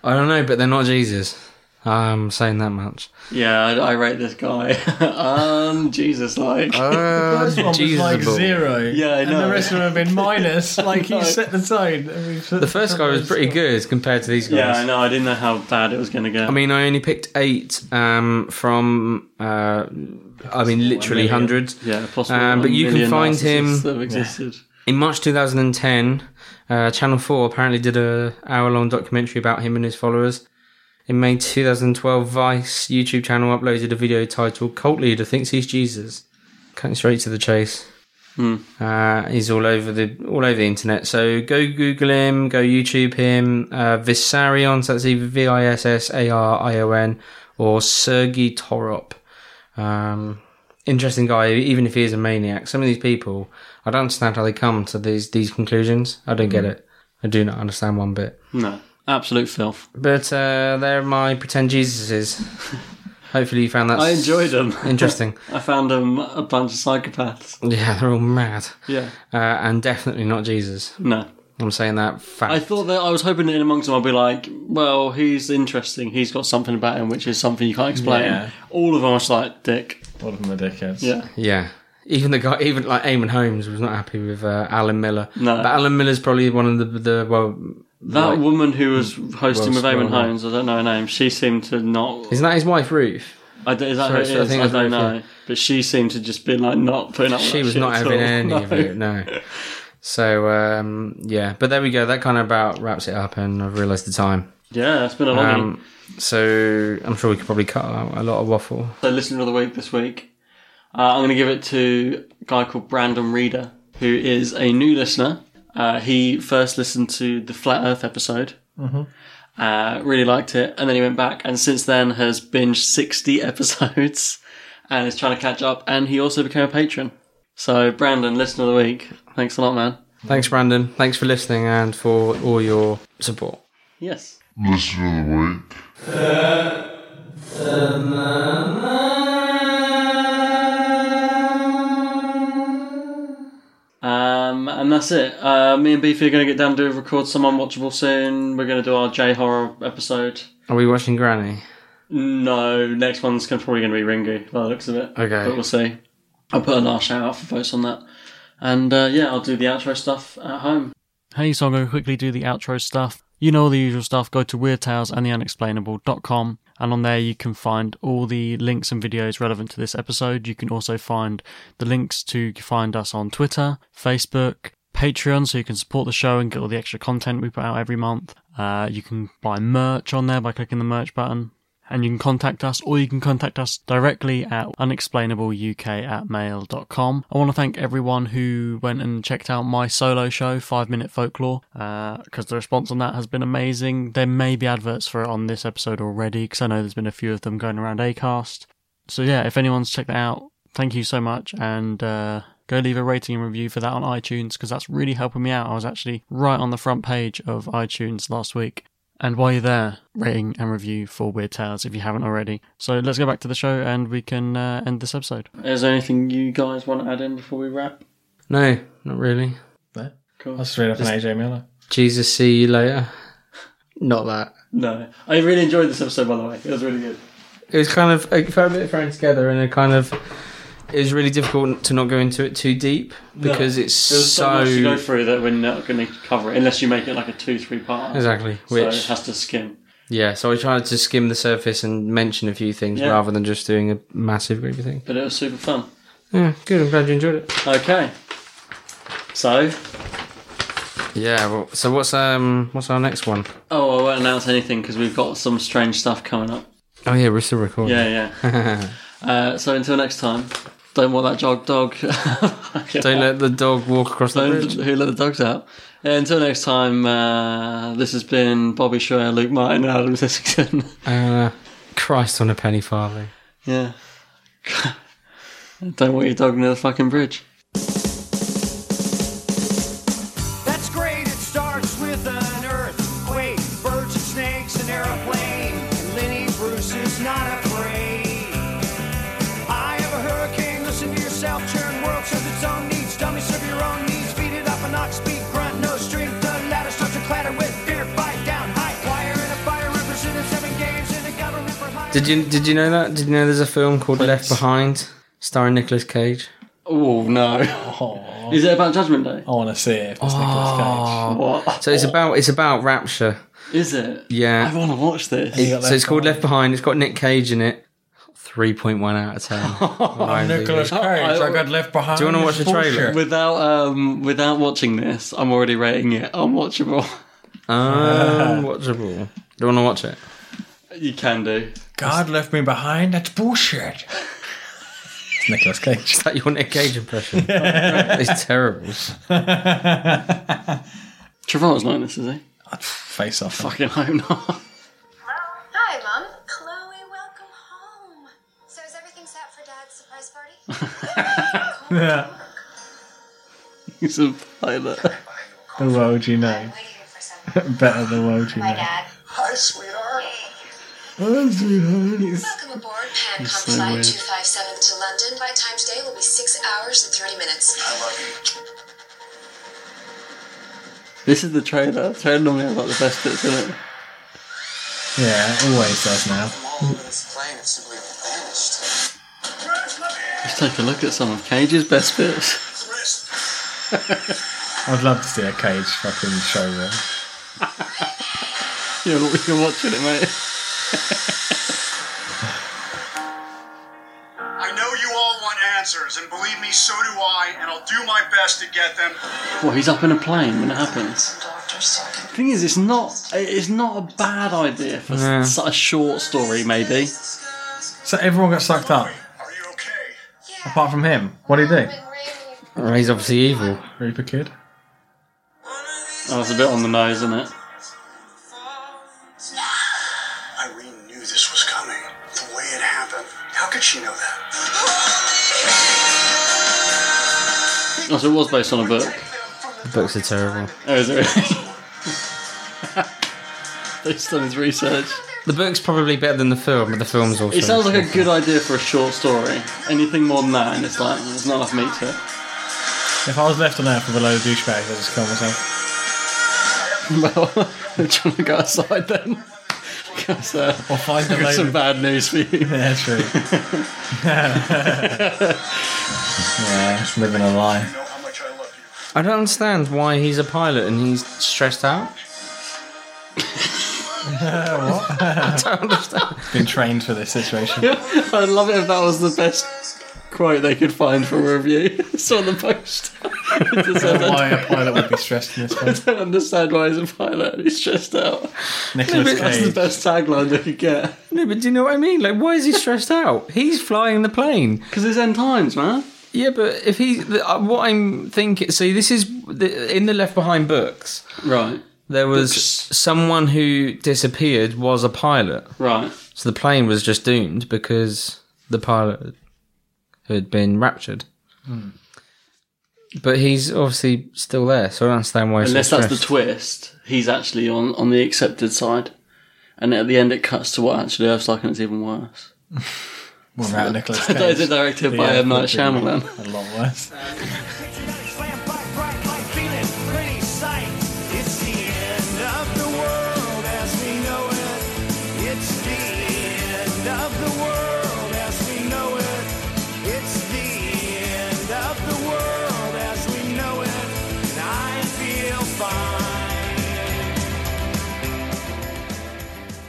S2: I don't know, but they're not Jesus. I'm saying that much.
S3: Yeah, I, I rate this guy. um, Jesus like.
S4: first
S2: Um,
S4: one was like zero.
S3: Yeah, I
S4: and
S3: know.
S4: the rest of them have been minus. Like
S3: I
S4: he
S3: know.
S4: set the tone. and we've set
S2: The first guy was pretty good compared to these guys.
S3: Yeah, I know. I didn't know how bad it was going to get.
S2: I mean, I only picked eight um, from, uh, I mean, literally
S3: million.
S2: hundreds.
S3: Yeah, possible
S2: Um, but
S3: one
S2: you can
S3: million
S2: find
S3: narcissists
S2: him
S3: that have existed.
S2: in March 2010. Uh, Channel Four apparently did a hour-long documentary about him and his followers. In May 2012, Vice YouTube channel uploaded a video titled "Cult Leader Thinks He's Jesus." Cutting straight to the chase.
S3: Hmm.
S2: Uh, he's all over the all over the internet. So go Google him, go YouTube him. Uh, Vissarion, so that's either V I S S A R I O N or Sergey Torop. Um, interesting guy, even if he is a maniac. Some of these people, I don't understand how they come to these these conclusions. I don't get
S3: Hmm.
S2: it. I do not understand one bit.
S3: No, absolute filth.
S2: But uh, they're my pretend Jesuses. Hopefully, you found that
S3: I enjoyed them.
S2: Interesting.
S3: I found them a bunch of psychopaths.
S2: Yeah, they're all mad.
S3: Yeah.
S2: Uh, and definitely not Jesus.
S3: No.
S2: I'm saying that fact.
S3: I thought that I was hoping that in amongst them I'd be like, well, he's interesting. He's got something about him which is something you can't explain.
S4: Yeah.
S3: All of them are just like dick.
S4: All of them are dickheads.
S3: Yeah.
S2: Yeah. Even the guy, even like Eamon Holmes was not happy with uh, Alan Miller.
S3: No.
S2: But Alan Miller's probably one of the, the well.
S3: That
S2: like-
S3: woman who was hosting with
S2: well,
S3: Eamon
S2: well,
S3: Holmes, I don't know her name. She seemed to not.
S2: Isn't that his wife, Ruth?
S3: I don't, is that
S2: Sorry,
S3: who it
S2: so I
S3: is?
S2: think
S3: I,
S2: it was
S3: don't
S2: Ruth,
S3: know.
S2: yeah.
S3: But she seemed to just be like not putting up. with
S2: She
S3: that
S2: was
S3: shit
S2: not
S3: at
S2: having
S3: all.
S2: any
S3: No.
S2: of it, no. So, um, yeah. But there we go. That kind of about wraps it up, and I've realised the time. Um,
S3: Yeah, it's been a long one.
S2: So, I'm sure we could probably cut out a lot of waffle.
S3: So, listener of the week this week, uh, I'm going to give it to a guy called Brandon Reader, who is a new listener. Uh, he first listened to the Flat Earth episode,
S4: Mhm.
S3: uh, really liked it, and then he went back and since then has binged 60 episodes and is trying to catch up. And he also became a patron. So, Brandon, listener of the week, thanks a lot, man.
S2: Thanks, Brandon. Thanks for listening and for all your support.
S3: Yes.
S23: Listener of the week.
S3: Um, and that's it. Uh, me and Beefy are going to get down to record some Unwatchable soon. We're going to do our J horror episode.
S2: Are we watching Granny?
S3: No, next one's gonna- probably going to be Ringu by the looks of it.
S2: Okay.
S3: But we'll see. I'll put a last shout out for votes on that. And uh, yeah, I'll do the outro stuff at home. Hey, so I'm going to quickly do the outro stuff. You know all the usual stuff. Go to weirdtalesandtheunexplainable.com and on there you can find all the links and videos relevant to this episode. You can also find the links to find us on Twitter, Facebook, Patreon, so you can support the show and get all the extra content we put out every month. Uh, you can buy merch on there by clicking the merch button and you can contact us or you can contact us directly at unexplainableuk at mail.com. I want to thank everyone who went and checked out my solo show, Five Minute Folklore, because the response on that has been amazing. There may be adverts for it on this episode already, because I know there's been a few of them going around ACAST. So yeah, if anyone's checked that out, thank you so much and uh, go leave a rating and review for that on iTunes because that's really helping me out. I was actually right on the front page of iTunes last week. And while you're there, rating and review for Weird Tales if you haven't already. So let's go back to the show and we can uh, end this episode. Is there anything you guys want to add in before we wrap?
S2: No, not really.
S4: No. Cool. That's straight up from
S3: Just-
S4: AJ Miller.
S2: Jesus, see you later. Not that.
S3: No. I really enjoyed this episode, by the way. It was really good.
S2: It was kind of it felt a bit thrown together, and it kind of it was really difficult to not go into it too deep because it's
S3: There's so,
S2: so.
S3: much to go through that we're not going to cover it unless you make it like a two, three part.
S2: Exactly,
S3: So
S2: which-
S3: it has to skim.
S2: yeah, so I tried to skim the surface and mention a few things
S3: Yeah.
S2: rather than just doing a massive groupy thing.
S3: But it was super fun.
S2: Yeah, good. I'm glad you enjoyed it.
S3: Okay. So,
S2: Yeah. Well, so what's um what's our next one?
S3: oh, I won't announce anything because we've got some strange stuff coming up.
S2: Oh yeah, we're still recording.
S3: Yeah,
S2: yeah.
S3: Uh, so until next time, don't want that jog dog.
S2: Don't let the dog walk across the
S3: Don't-
S2: bridge.
S3: Who let the dogs out? Yeah, until next time, uh, this has been Bobby Shore, Luke Martin, and Adam Sissington.
S2: Uh, Christ on a penny farthing.
S3: yeah. Don't want your dog near the fucking bridge.
S1: That's great. It starts with an earthquake, birds and snakes, an airplane. And Lenny Bruce is not afraid. I have a hurricane. Listen to yourself. Churn world serves its own needs. Dummy serve your own needs. Feed it up an ox. Speak grunt. No strength. The ladder starts to clatter with fear. Bite down. High wire in a fire. Represented seven games in the government for high.
S2: Did you did you know that? Did you know there's a film called Left Behind, starring Nicolas Cage?
S3: Oh no! Is it about Judgment Day?
S4: I want to see it. If it's
S2: Oh.
S3: Nicolas Cage. What?
S2: So it's about it's about Rapture.
S3: Is it?
S2: Yeah.
S3: I want to watch this.
S2: It- so it's called Left Behind. It's got Nick Cage in it. Three point one out of ten.
S4: I'm Nicholas Cage.
S3: Oh,
S4: I, got left behind.
S2: Do you wanna
S4: in
S2: watch
S4: this
S2: the trailer?
S4: bullshit.
S3: Without um, without watching this, I'm already rating it unwatchable.
S2: Oh. Unwatchable. Do you want to watch it?
S3: You can do.
S4: God left me behind. That's bullshit. Nicholas Cage.
S2: Is that your Nick Cage impression?
S4: Yeah.
S2: it's terrible.
S3: Travolta's not in this, is he?
S4: Face off.
S3: Fucking hope not.
S5: Hi, Mom. Chloe, welcome home. So is everything set for Dad's surprise party?
S4: Yeah.
S3: He's a pilot.
S4: The world you know. Better the world you
S5: Bye,
S4: know.
S5: Dad. Hi, sweetheart. Welcome aboard Pan
S4: He's
S5: Comp
S4: so
S5: Flight
S4: weird.
S5: 257 to London. By time today will be 6 hours and 30 minutes. I love you.
S3: This is the trailer. The trailer normally has like the best bits in it.
S4: Yeah, always does now.
S3: Let's take a look at some of Cage's best bits.
S4: I'd love to see a Cage fucking showroom.
S3: You're, you're watching it, mate.
S23: I know you all want answers, and believe me, so do I, and I'll do my best to get them.
S3: Well, he's up in a plane when it happens. Thing is, it's not it's not a bad idea for s-
S4: Yeah.
S3: such a short story, maybe.
S4: So everyone got sucked up. Apart from him, what did he do?
S2: Oh, he's obviously evil.
S4: Reaper Kid.
S3: Oh, that's a bit on the nose, isn't it?
S23: Irene knew this was coming. The way it happened. How could she know that?
S3: Oh, so it was based on a book.
S2: The books are terrible.
S3: Oh, is it really? based on his research.
S2: The book's probably better than the film, but the film's also.
S3: It sounds like a good idea for a short story. Anything more than that, and it's like there's not enough meat to it.
S4: If I was left on Earth with a load of douchebags, I'd just kill myself.
S3: Well, trying to go outside then. Because uh, I'll
S4: find
S3: I've
S4: them
S3: got some
S4: later.
S3: bad news for you.
S4: Yeah, true. yeah, just living a lie.
S2: I don't understand why he's a pilot and he's stressed out.
S4: what? I don't understand. Been trained for this situation.
S3: I'd love it if that was the best quote they could find from a review. it's on the post. It just said,
S4: why a pilot would be stressed in this
S3: I
S4: one.
S3: don't understand why he's a pilot and he's stressed out.
S4: Nicolas
S3: Maybe That's the
S4: Cage.
S3: best tagline they could get.
S2: No, but do you know what I mean? Like, why is he stressed out? He's flying the plane because
S3: it's end times, man.
S2: Yeah, but if he, the, uh, what I'm thinking, see, this is the, in the Left Behind books.
S3: Right.
S2: There was someone who disappeared was a pilot.
S3: Right.
S2: So the plane was just doomed because the pilot had been raptured.
S3: Hmm.
S2: But he's obviously still there, so I don't understand why. he's so
S3: Unless that's the
S2: stressed.
S3: twist, he's actually on, on the accepted side. And at the end, it cuts to what actually Earth's like, and it's even worse.
S4: Without Nicolas Cage.
S3: That is directed
S4: The
S3: by
S4: Earth
S3: M. Night
S4: would be
S3: Shyamalan.
S4: A lot worse.
S1: Pretty sight. It's the end of the world as we know it. It's the end of the world as we know it. It's the end of the world as we know it. And I feel fine.